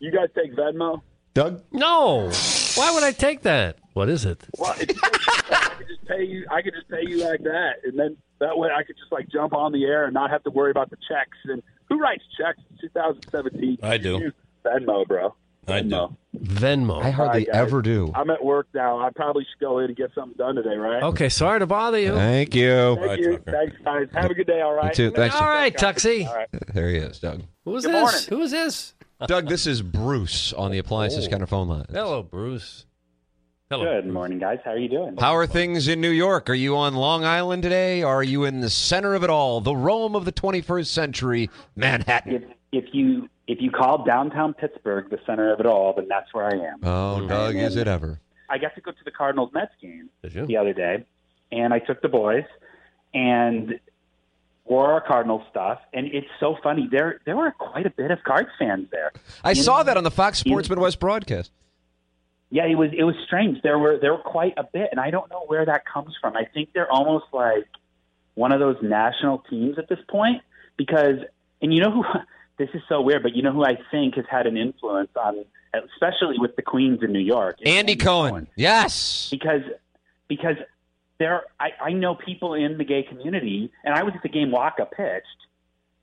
Speaker 7: You guys take Venmo?
Speaker 3: Doug,
Speaker 2: no. Why would I take that? What is it?
Speaker 7: Well, if you take Venmo, I could just pay you. I could just pay you like that, and then that way I could just like jump on the air and not have to worry about the checks. And who writes checks in 2017?
Speaker 8: I do.
Speaker 7: Venmo, bro.
Speaker 8: I
Speaker 7: uh,
Speaker 8: do.
Speaker 2: Venmo.
Speaker 3: I hardly
Speaker 7: All right, guys.
Speaker 3: ever do.
Speaker 7: I'm at work now. I probably should go in and get something done today, right?
Speaker 2: Okay, sorry to bother you.
Speaker 3: Thank you.
Speaker 7: Thank you. Thanks, guys. Have a good day. All right.
Speaker 3: too. Thanks.
Speaker 2: All right, Tuxie.
Speaker 3: There he is, Doug.
Speaker 2: Who's
Speaker 7: Good
Speaker 2: this? Who's this?
Speaker 3: Doug, this is Bruce on the Appliances
Speaker 2: Oh.
Speaker 3: Counter phone line.
Speaker 2: Hello, Bruce. Hello.
Speaker 7: Good morning, guys. How are you doing?
Speaker 3: How are things in New York? Are you on Long Island today? Are you in the center of it all, the Rome of the 21st century, Manhattan?
Speaker 7: If, if you if you call downtown Pittsburgh the center of it all, then that's where I am.
Speaker 3: Oh, Doug, is it ever?
Speaker 7: I got to go to the Cardinals Mets game the other day, and I took the boys and wore our Cardinals stuff, and it's so funny. There there were quite a bit of Cards fans there.
Speaker 3: I saw that on the Fox Sports Midwest broadcast.
Speaker 7: Yeah, it was it was strange. There were there were quite a bit, and I don't know where that comes from. I think they're almost like one of those national teams at this point because, and you know who <laughs> this is so weird, but you know who I think has had an influence on, especially with the Queens in New York. is
Speaker 3: Andy Cohen. Yes,
Speaker 7: because because there I, I know people in the gay community, and I was at the game Waka pitched.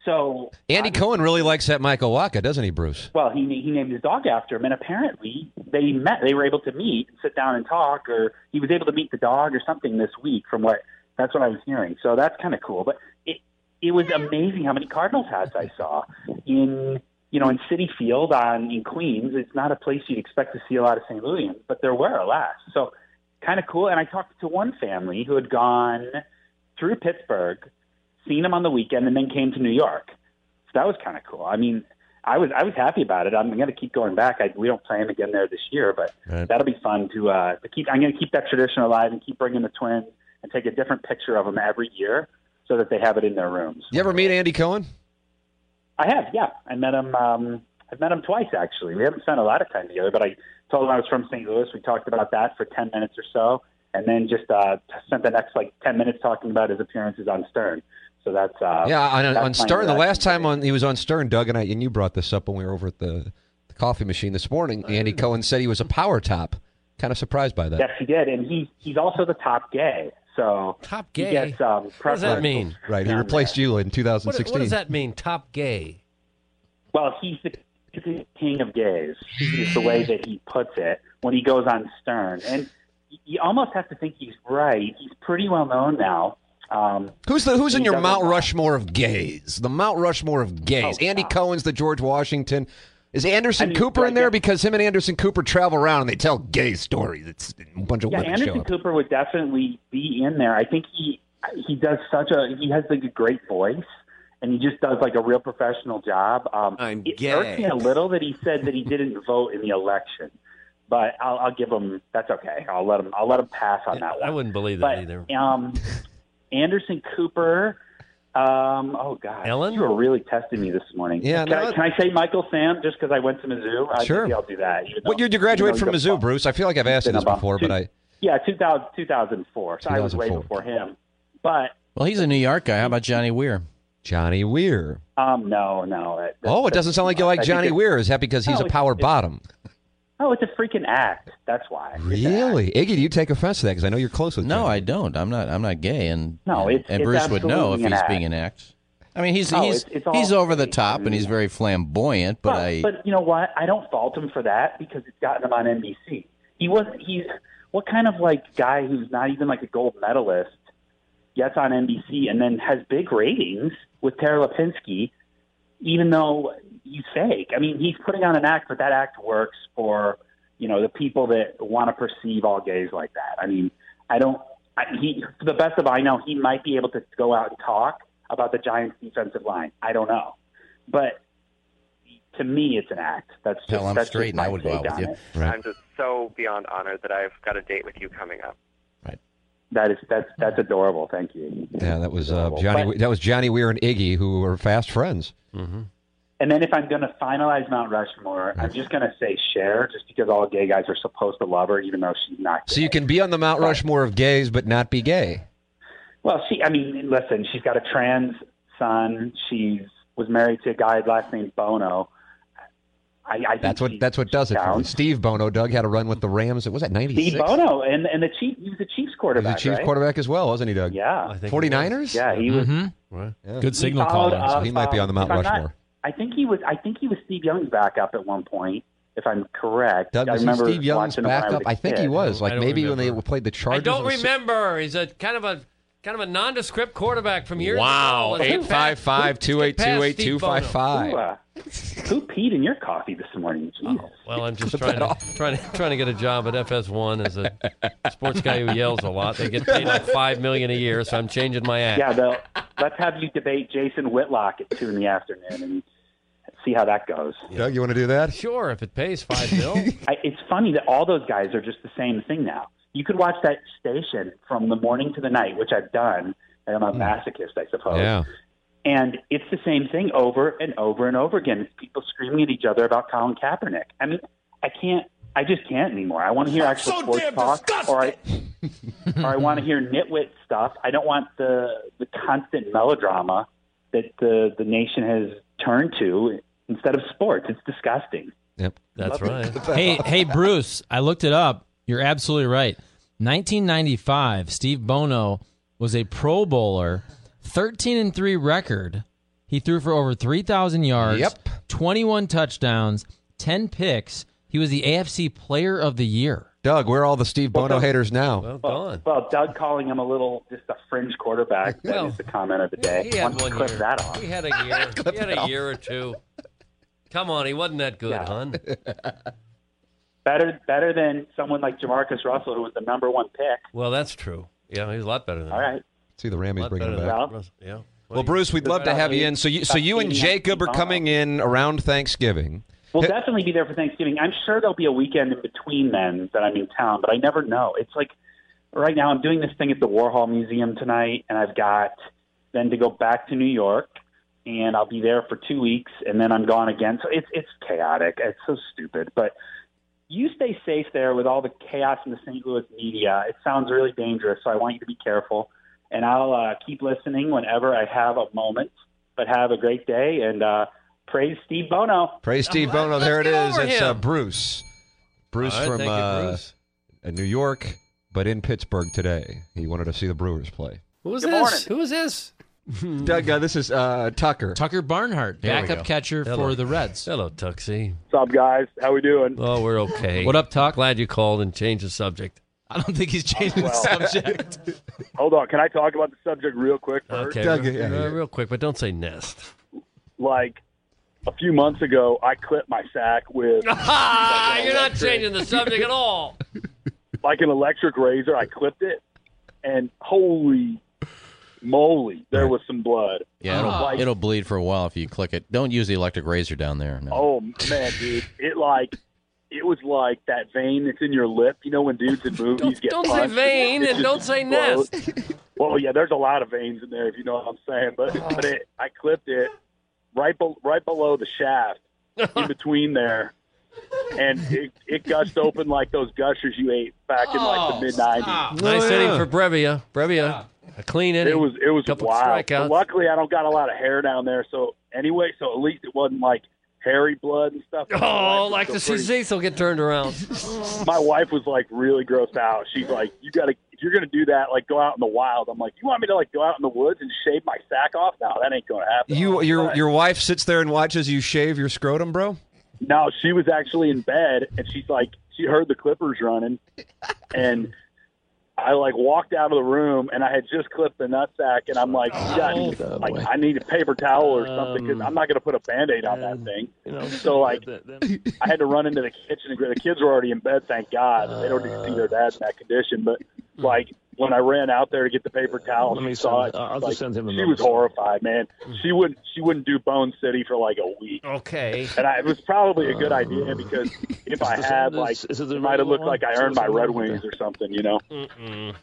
Speaker 7: So
Speaker 3: Andy Cohen really likes that Michael Waka, doesn't he, Bruce?
Speaker 7: well, he he named his dog after him, and apparently they met. They were able to meet and sit down and talk, or he was able to meet the dog or something this week. From what that's what I was hearing, so that's kind of cool. But it it was amazing how many Cardinals hats I saw in you know in City Field on in Queens. It's not a place you'd expect to see a lot of St. Louisians, but there were alas. So kind of cool. And I talked to one family who had gone through Pittsburgh, seen him on the weekend, and then came to New York. So that was kind of cool. I mean, I was I was happy about it. I'm going to keep going back. I, we don't play him again there this year, but
Speaker 3: Right.
Speaker 7: that'll be fun to, uh, to keep. I'm going to keep that tradition alive and keep bringing the twins and take a different picture of them every year so that they have it in their rooms.
Speaker 3: You ever meet Andy Cohen?
Speaker 7: I have, yeah. I met him. Um, I've met him twice actually. We haven't spent a lot of time together, but I told him I was from St. Louis. We talked about that for ten minutes or so, and then just uh, spent the next like ten minutes talking about his appearances on Stern. So that's uh,
Speaker 3: yeah, on,
Speaker 7: that's my
Speaker 3: on Stern. The
Speaker 7: interaction.
Speaker 3: last time on he was on Stern, Doug and I, and you brought this up when we were over at the, the coffee machine this morning. Andy Cohen said he was a power top. Kind of surprised by that.
Speaker 7: Yes, he did, and he he's also the top gay. So
Speaker 2: top
Speaker 3: gay?
Speaker 7: He gets,
Speaker 2: What
Speaker 7: um,
Speaker 2: does that
Speaker 7: preferential
Speaker 2: mean?
Speaker 3: Right, he replaced you in
Speaker 2: What,
Speaker 3: 2016.
Speaker 2: what does that mean? Top gay.
Speaker 7: Well, he's the, he's the king of gays. Is the way that he puts it when he goes on Stern, and y- you almost have to think he's right. He's pretty well known now. Um,
Speaker 3: Who's the Who's in
Speaker 7: he
Speaker 3: your
Speaker 7: doesn't-
Speaker 3: Mount Rushmore of gays? The Mount Rushmore of gays. Andy Cohen's the George Washington. Is Anderson
Speaker 7: Oh, I mean,
Speaker 3: Cooper
Speaker 7: yeah,
Speaker 3: in there
Speaker 7: yeah.
Speaker 3: because him and Anderson Cooper travel around and they tell gay stories? It's a bunch of
Speaker 7: Yeah,
Speaker 3: women show
Speaker 7: Anderson
Speaker 3: up.
Speaker 7: Cooper would definitely be in there. I think he he does such a he has like a great voice, and he just does like a real professional job. Um, I'm it
Speaker 1: gay.
Speaker 7: irks me a little that he said that
Speaker 3: <laughs>
Speaker 7: he didn't vote in the election, but I'll, I'll give him that's okay. I'll let him I'll let him pass on that one.
Speaker 2: I wouldn't believe that
Speaker 7: But
Speaker 2: either.
Speaker 7: um, Anderson Cooper. Um, oh God,
Speaker 2: Ellen?
Speaker 7: you were really testing me this morning.
Speaker 3: Yeah,
Speaker 7: can,
Speaker 3: no,
Speaker 7: I, can I say Michael Sam just because I went to Mizzou? I
Speaker 3: Sure.
Speaker 7: think I'll do that. even
Speaker 3: What
Speaker 7: though-
Speaker 3: year did you graduate
Speaker 7: even though
Speaker 3: from
Speaker 7: he's a
Speaker 3: Mizzou, Bruce? I feel like I've asked you this before, but I
Speaker 7: yeah, 2000, 2004. So I was way
Speaker 3: 2004.
Speaker 7: before him. But
Speaker 19: Well, he's a New York guy. How about Johnny Weir?
Speaker 3: Johnny Weir.
Speaker 7: um, no, no. It,
Speaker 3: Oh, it doesn't sound like you like
Speaker 7: I think
Speaker 3: Johnny
Speaker 7: it-
Speaker 3: Weir. Is that because he's
Speaker 7: No,
Speaker 3: a
Speaker 7: it-
Speaker 3: power
Speaker 7: it-
Speaker 3: bottom?
Speaker 7: Oh, it's a freaking act. That's why.
Speaker 3: Really, Iggy? Do you take offense to that? Because I know you're close with.
Speaker 19: No, I don't. I'm not. I'm not gay. And
Speaker 7: No, it's-
Speaker 19: and
Speaker 7: it's
Speaker 19: Bruce would know if
Speaker 7: absolutely
Speaker 19: he's
Speaker 7: an act.
Speaker 19: being an act. I mean, he's
Speaker 7: Oh,
Speaker 19: he's
Speaker 7: it's- it's all-
Speaker 19: he's over the top and he's very flamboyant. But
Speaker 7: Well,
Speaker 19: I
Speaker 7: but you know what? I don't fault him for that because it's gotten him on NBC. He wasn't. He's what kind of like guy who's not even like a gold medalist gets on NBC and then has big ratings with Tara Lipinski, even though he's fake. I mean, he's putting on an act, but that act works for you know the people that want to perceive all gays like that. I mean, I don't. I, he, to the best of I know, he might be able to go out and talk about the Giants' defensive line. I don't know, but to me, it's an act. That's
Speaker 19: Tell
Speaker 7: just,
Speaker 19: him
Speaker 7: that's
Speaker 19: straight
Speaker 7: just
Speaker 19: and I
Speaker 7: my
Speaker 19: would go
Speaker 7: take
Speaker 19: out with
Speaker 7: on
Speaker 19: you.
Speaker 7: it.
Speaker 19: Right.
Speaker 20: I'm just so beyond honored that I've got a date with you coming up.
Speaker 7: That is that's that's adorable. Thank you.
Speaker 3: Yeah, that was uh,
Speaker 7: But-
Speaker 3: Johnny. We- that was Johnny Weir and Iggy, who were fast friends. Mm-hmm.
Speaker 7: And then if I'm going to finalize Mount Rushmore, I'm just going to say Cher, just because all gay guys are supposed to love her, even though she's not.
Speaker 3: So you can be on the Mount Rushmore of gays, but not be gay.
Speaker 7: Well, she. I mean, listen, she's got a trans son. She was married to a guy last name Bono. I, I think
Speaker 3: That's
Speaker 7: she-
Speaker 3: what that's what does it for me. Steve Bono, Doug had a run with the Rams. It was at ninety six.
Speaker 7: Steve Bono, and and the Chief. He was the Chiefs
Speaker 3: He was a
Speaker 7: quarterback.
Speaker 3: Chiefs
Speaker 7: right?
Speaker 3: quarterback as well, wasn't he, Doug?
Speaker 7: Yeah,
Speaker 3: think he 49ers? was.
Speaker 7: Yeah, he was.
Speaker 3: Mhm. Yeah. Good
Speaker 7: He
Speaker 3: signal
Speaker 7: followed uh,
Speaker 3: caller. So he might be on the Mount
Speaker 7: if I'm not-
Speaker 3: Rushmore.
Speaker 7: I think he was. I think he was Steve Young's backup at one point, if I'm correct.
Speaker 3: Doug
Speaker 7: I
Speaker 3: was he
Speaker 7: remember
Speaker 3: Steve Young's
Speaker 7: watching him when I was
Speaker 3: backup.
Speaker 7: a
Speaker 3: I think he
Speaker 7: kid.
Speaker 3: was like maybe when they played the Chargers.
Speaker 2: I don't
Speaker 3: or the-
Speaker 2: remember. He's a kind of a Kind of a nondescript quarterback from years
Speaker 3: Wow.
Speaker 2: ago. Let's get past-
Speaker 3: 855 282
Speaker 2: Who,
Speaker 3: uh,
Speaker 5: Who peed in your coffee this morning? Jesus.
Speaker 2: Well,
Speaker 3: <laughs>
Speaker 2: I'm just trying to, trying to trying to get a job at FS1 as a sports guy who yells a lot. They get paid like five million a year, so I'm changing my act.
Speaker 5: Yeah, <laughs> though, let's have you debate Jason Whitlock at two in the afternoon and see how that goes.
Speaker 3: Doug, you want to do that?
Speaker 2: Sure, if it pays
Speaker 5: <laughs>
Speaker 2: five bill.
Speaker 5: I, it's funny that all those guys are just the same thing now. You could watch that station from the morning to the night, which I've done, and I'm a
Speaker 21: Mm.
Speaker 5: masochist, I suppose.
Speaker 3: Yeah.
Speaker 5: And it's the same thing over and over and over again. It's people screaming at each other about Colin Kaepernick. I mean, I can't. I just can't anymore. I want to hear actual
Speaker 21: So
Speaker 5: sports
Speaker 21: damn
Speaker 5: talk, or I, or I want to hear nitwit stuff. I don't want the the constant melodrama that the the nation has turned to instead of sports. It's disgusting.
Speaker 3: Yep,
Speaker 2: that's right.
Speaker 8: <laughs> hey, hey, Bruce, I looked it up. You're absolutely right. 1995, Steve Bono was a Pro Bowler, 13 and 3 record. He threw for over 3,000 yards,
Speaker 3: Yep.
Speaker 8: 21 touchdowns, 10 picks. He was the AFC Player of the Year.
Speaker 3: Doug, where are all the Steve Bono haters now?
Speaker 5: Well, well, Doug calling him a little just a fringe quarterback that is the comment of the day.
Speaker 2: He
Speaker 5: Why
Speaker 2: had
Speaker 5: don't you
Speaker 2: one
Speaker 5: clip
Speaker 2: year.
Speaker 5: that off. <laughs>
Speaker 2: He had a year. he had a year or two. Come on, he wasn't that good, hon.
Speaker 5: Better, better than someone like Jamarcus Russell, who was the number one pick.
Speaker 2: Well, that's true. Yeah, he was a lot better than
Speaker 5: All
Speaker 2: that.
Speaker 5: right.
Speaker 3: See the Rammies
Speaker 2: Lot
Speaker 3: bringing him
Speaker 2: better
Speaker 3: back.
Speaker 5: Well,
Speaker 2: than Russ- Yeah.
Speaker 3: Well, Bruce, we'd love to have you in. So you, so you and Jacob are coming in around Thanksgiving.
Speaker 5: We'll definitely be there for Thanksgiving. I'm sure there'll be a weekend in between then that I'm in town, but I never know. It's like right now I'm doing this thing at the Warhol Museum tonight, and I've got then to go back to New York, and I'll be there for two weeks, and then I'm gone again. So it's it's chaotic. It's so stupid, but. You stay safe there with all the chaos in the St. Louis media. It sounds really dangerous, so I want you to be careful. And I'll uh, keep listening whenever I have a moment. But have a great day and uh, praise Steve Bono.
Speaker 3: Praise Steve
Speaker 5: Let's-
Speaker 3: Bono.
Speaker 5: let's
Speaker 3: There it
Speaker 5: get
Speaker 3: is.
Speaker 5: over
Speaker 3: It's uh,
Speaker 5: him.
Speaker 3: Bruce. Bruce
Speaker 2: All right,
Speaker 3: from
Speaker 2: thank you,
Speaker 3: uh,
Speaker 2: Bruce.
Speaker 3: uh, New York, but in Pittsburgh today. He wanted to see the Brewers play.
Speaker 2: Who was this? Who was this?
Speaker 3: Doug, uh, this is uh, Tucker.
Speaker 8: Tucker Barnhart,
Speaker 3: There we
Speaker 8: backup
Speaker 3: go.
Speaker 8: catcher
Speaker 2: Hello.
Speaker 8: for the Reds.
Speaker 2: Hello, Tuxie.
Speaker 7: What's up, guys? How we doing?
Speaker 2: Oh, we're okay.
Speaker 8: What up,
Speaker 2: Tuck? Glad you called and changed the subject.
Speaker 8: I don't think he's changing
Speaker 7: Well.
Speaker 8: the subject.
Speaker 7: Hold on. Can I talk about the subject real quick? First?
Speaker 2: Okay. real, uh, real quick, but don't say nest.
Speaker 7: Like a few months ago, I clipped my sack with
Speaker 2: <laughs> Ah, you're not changing the subject at all.
Speaker 7: like an electric razor. I clipped it, and holy moly, there was some blood.
Speaker 22: Yeah, it'll,
Speaker 7: Like,
Speaker 22: it'll bleed for a while if you click it. Don't use the electric razor down there. No.
Speaker 7: Oh man, dude, it like it was like that vein that's in your lip. You know when
Speaker 2: <laughs>
Speaker 7: dudes in movies get
Speaker 2: Don't say
Speaker 7: punched?
Speaker 2: vein
Speaker 7: It
Speaker 2: and
Speaker 7: just
Speaker 2: don't say
Speaker 7: explodes.
Speaker 2: nest. Oh.
Speaker 7: Well, yeah, there's a lot of veins in there if you know what I'm saying. But but it, I clipped it right be, right below the shaft,
Speaker 2: <laughs>
Speaker 7: in between there. And it, it gushed open like those gushers you ate back in like
Speaker 2: Oh,
Speaker 7: the mid
Speaker 2: <laughs>
Speaker 7: '90s.
Speaker 2: Nice
Speaker 3: yeah.
Speaker 2: inning for Brevia. Brevia, a clean inning.
Speaker 7: It was it was
Speaker 2: couple
Speaker 7: wild.
Speaker 2: strikeouts.
Speaker 7: But luckily, I don't got a lot of hair down there. So anyway, so at least it wasn't like hairy blood and stuff.
Speaker 2: Oh, like
Speaker 7: So
Speaker 2: to see
Speaker 7: pretty-
Speaker 2: Cecil get turned around.
Speaker 7: my wife was like really grossed out. She's like, "You gotta, if you're gonna do that, like go out in the wild." I'm like, "You want me to like go out in the woods and shave my sack off? No, that ain't gonna happen."
Speaker 3: You, your,
Speaker 7: But-
Speaker 3: your wife sits there and watches you shave your scrotum, bro?
Speaker 7: no, she was actually in bed, and she's like, she heard the clippers running, and I like walked out of the room, and I had just clipped the nutsack, and I'm like, you got- like I need a paper towel or something because I'm not gonna put a band-aid on that thing. so like, I had to run into the kitchen. and The kids were already in bed, thank God. They don't need to see their dad in that condition, but like. When I ran out there to get the paper towel, she saw it. I'll just Hmm. send him Hmm. she was horrified, man. She wouldn't. She wouldn't do Bone City for like a week.
Speaker 2: Okay.
Speaker 7: And I, it was probably a good
Speaker 21: <laughs>
Speaker 7: idea because if I had,
Speaker 21: same-
Speaker 7: like,
Speaker 21: Uh, is it
Speaker 7: it,
Speaker 21: the
Speaker 7: might
Speaker 21: regular
Speaker 7: have looked
Speaker 21: one?
Speaker 7: like I
Speaker 21: Is it
Speaker 7: earned
Speaker 21: the
Speaker 7: my
Speaker 21: same
Speaker 7: Red
Speaker 21: one? Hmm.
Speaker 7: Wings or something, you know?
Speaker 2: Mm-mm. You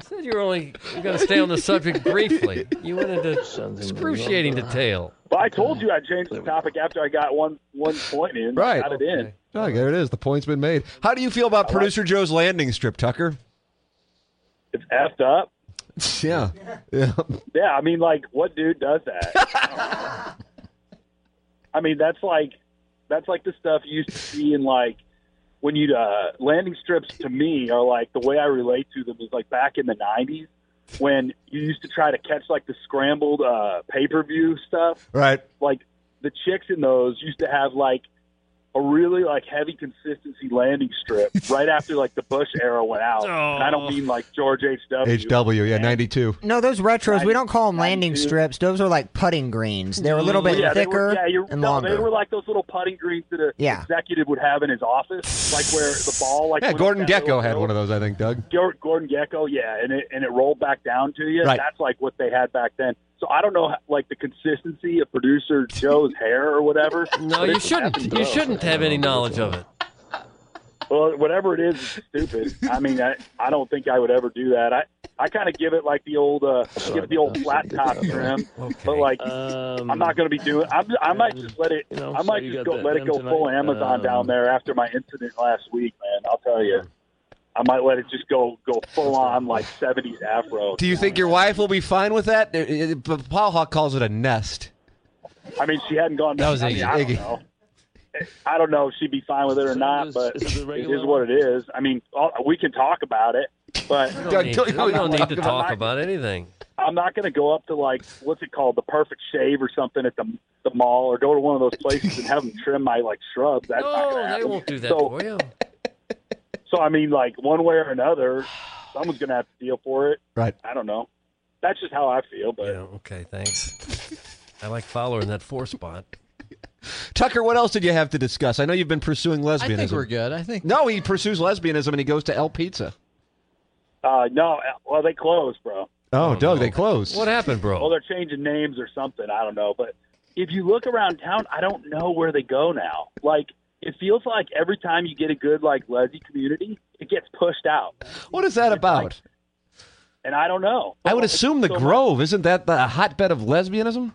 Speaker 2: said you were only going to stay on the subject briefly. You went into excruciating detail.
Speaker 7: But I told you I changed the topic after I got one one point in.
Speaker 3: Right.
Speaker 7: Got it in.
Speaker 3: Doug, Oh, there it is. The point's been made. How do you feel about producer Joe's landing strip, <laughs> Tucker?
Speaker 7: It's effed up.
Speaker 3: Yeah. Yeah.
Speaker 7: Yeah, I mean, like, what dude does that?
Speaker 21: <laughs>
Speaker 7: I mean, that's like, that's like the stuff you used to see in like when you uh, landing strips. To me, are like the way I relate to them is like back in the '90s when you used to try to catch like the scrambled uh, pay per view stuff.
Speaker 3: Right.
Speaker 7: Like the chicks in those used to have like a really like heavy consistency landing
Speaker 3: <laughs>
Speaker 7: strip right after like the Bush era went out. And I
Speaker 2: Oh.
Speaker 7: don't mean like George H W.
Speaker 3: HW, yeah, 92.
Speaker 8: No, those retros, we don't call them landing strips. Those are like putting greens. They were a little bit
Speaker 7: yeah, they
Speaker 8: thicker
Speaker 7: were, yeah, you're,
Speaker 8: and
Speaker 7: no,
Speaker 8: longer.
Speaker 7: They were like those little putting greens that a
Speaker 8: Yeah.
Speaker 7: executive would have in his office, like where the ball like
Speaker 3: Yeah,
Speaker 7: went
Speaker 3: Gordon
Speaker 7: up that
Speaker 3: Gecko
Speaker 7: little
Speaker 3: had
Speaker 7: hill.
Speaker 3: one of those, I think, Doug.
Speaker 7: Gor- Gordon Gecko, yeah, and it and it rolled back down to you.
Speaker 3: Right.
Speaker 7: That's like what they had back then. So I don't know, how- like the consistency of producer Joe's hair or whatever.
Speaker 2: No, you shouldn't. You shouldn't have any knowledge of it.
Speaker 7: Well, whatever it is, it's stupid. I mean, I, I don't think I would ever do that. I I kind of give it like the old uh, give it the old flat top trim, but like I'm not going to be doing. I'm, I might just let it. I might
Speaker 23: so Um, you
Speaker 7: just
Speaker 23: got
Speaker 7: go
Speaker 23: that
Speaker 7: let it go
Speaker 23: done
Speaker 7: full
Speaker 23: tonight.
Speaker 7: Amazon
Speaker 23: Um,
Speaker 7: down there after my incident last week, man. I'll tell you. I might let it just go go full on like '70s afro.
Speaker 3: Do you think your wife will be fine with that? Uh, uh, Paul Hawk calls it a nest.
Speaker 7: I mean, she hadn't gone.
Speaker 3: That was
Speaker 7: I mean,
Speaker 3: Iggy.
Speaker 7: I
Speaker 3: Iggy.
Speaker 7: don't know. I don't know if she'd be fine with it or not, but it is what it is. I mean, all, we can talk about it, but
Speaker 2: We don't need to, we don't need to talk about anything.
Speaker 7: I'm not going to go up to like what's it called, the perfect shave or something at the the mall, or go to one of those places and have them trim my like shrubs. That's not
Speaker 2: No,
Speaker 7: gonna
Speaker 2: they
Speaker 7: happen.
Speaker 2: won't do that
Speaker 7: So,
Speaker 2: for you.
Speaker 7: so I mean, like one way or another, someone's going to have to deal for it.
Speaker 3: Right.
Speaker 7: I don't know. That's just how I feel. But
Speaker 2: Okay, thanks. I like Fowler in that four spot.
Speaker 3: Tucker, what else did you have to discuss? I know you've been pursuing lesbianism.
Speaker 2: I think we're good. I think.
Speaker 3: No, he pursues lesbianism and he goes to El Pizza.
Speaker 7: uh, no, well, they closed, bro.
Speaker 3: Oh, Doug, they closed.
Speaker 2: What happened, bro?
Speaker 7: Well, they're changing names or something. I don't know. But if you look around town, I don't know where they go now. Like, it feels like every time you get a good, like, lesbian community, it gets pushed out.
Speaker 3: What is that about?
Speaker 7: And I don't know.
Speaker 3: I would
Speaker 7: It's
Speaker 3: assume the
Speaker 7: so much-
Speaker 3: Grove isn't that the hotbed of lesbianism?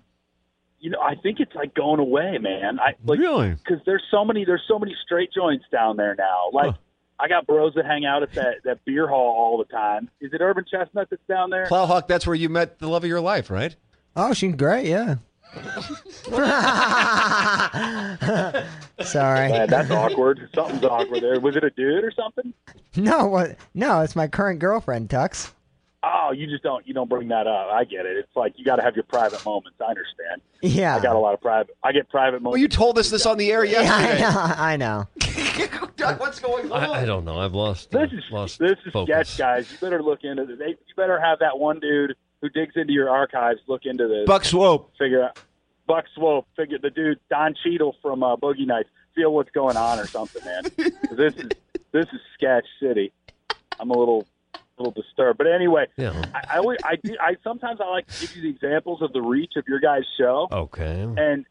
Speaker 7: you know, I think it's like going away, man. I like,
Speaker 3: Really?
Speaker 7: because there's so many there's so many straight joints down there now. Like I got bros that hang out at that that beer hall all the time. Is it Urban Chestnut that's down there?
Speaker 3: Plowhawk, that's where you met the love of your life, right?
Speaker 8: Oh, she's great, yeah. Sorry.
Speaker 7: Man, that's awkward. <laughs> Something's awkward there. Was it a dude or something?
Speaker 8: No, what? No, it's my current girlfriend, Tux.
Speaker 7: Oh, you just don't you don't bring that up. I get it. It's like you got to have your private moments. I understand.
Speaker 8: Yeah.
Speaker 7: I got a lot of private. I get private moments.
Speaker 3: Well, you told us this on the air yesterday.
Speaker 8: I know.
Speaker 3: Doug, what's going on?
Speaker 2: I, I don't know. I've lost. uh,
Speaker 7: This is
Speaker 2: lost
Speaker 7: this is
Speaker 2: focus.
Speaker 7: sketch, guys. You better look into this. They, you better have that one dude who digs into your archives look into this.
Speaker 3: Buck Swope.
Speaker 7: figure out. Buck Swope, figure the dude Don Cheadle from uh, Boogie Nights, feel what's going on or something,
Speaker 2: <laughs>
Speaker 7: man. 'Cause this is this is sketch city. I'm a little little disturbed, but anyway,
Speaker 2: Yeah.
Speaker 7: I I, always- I, do- I sometimes I like to give you the examples of the reach of your guys' show.
Speaker 2: Okay.
Speaker 7: And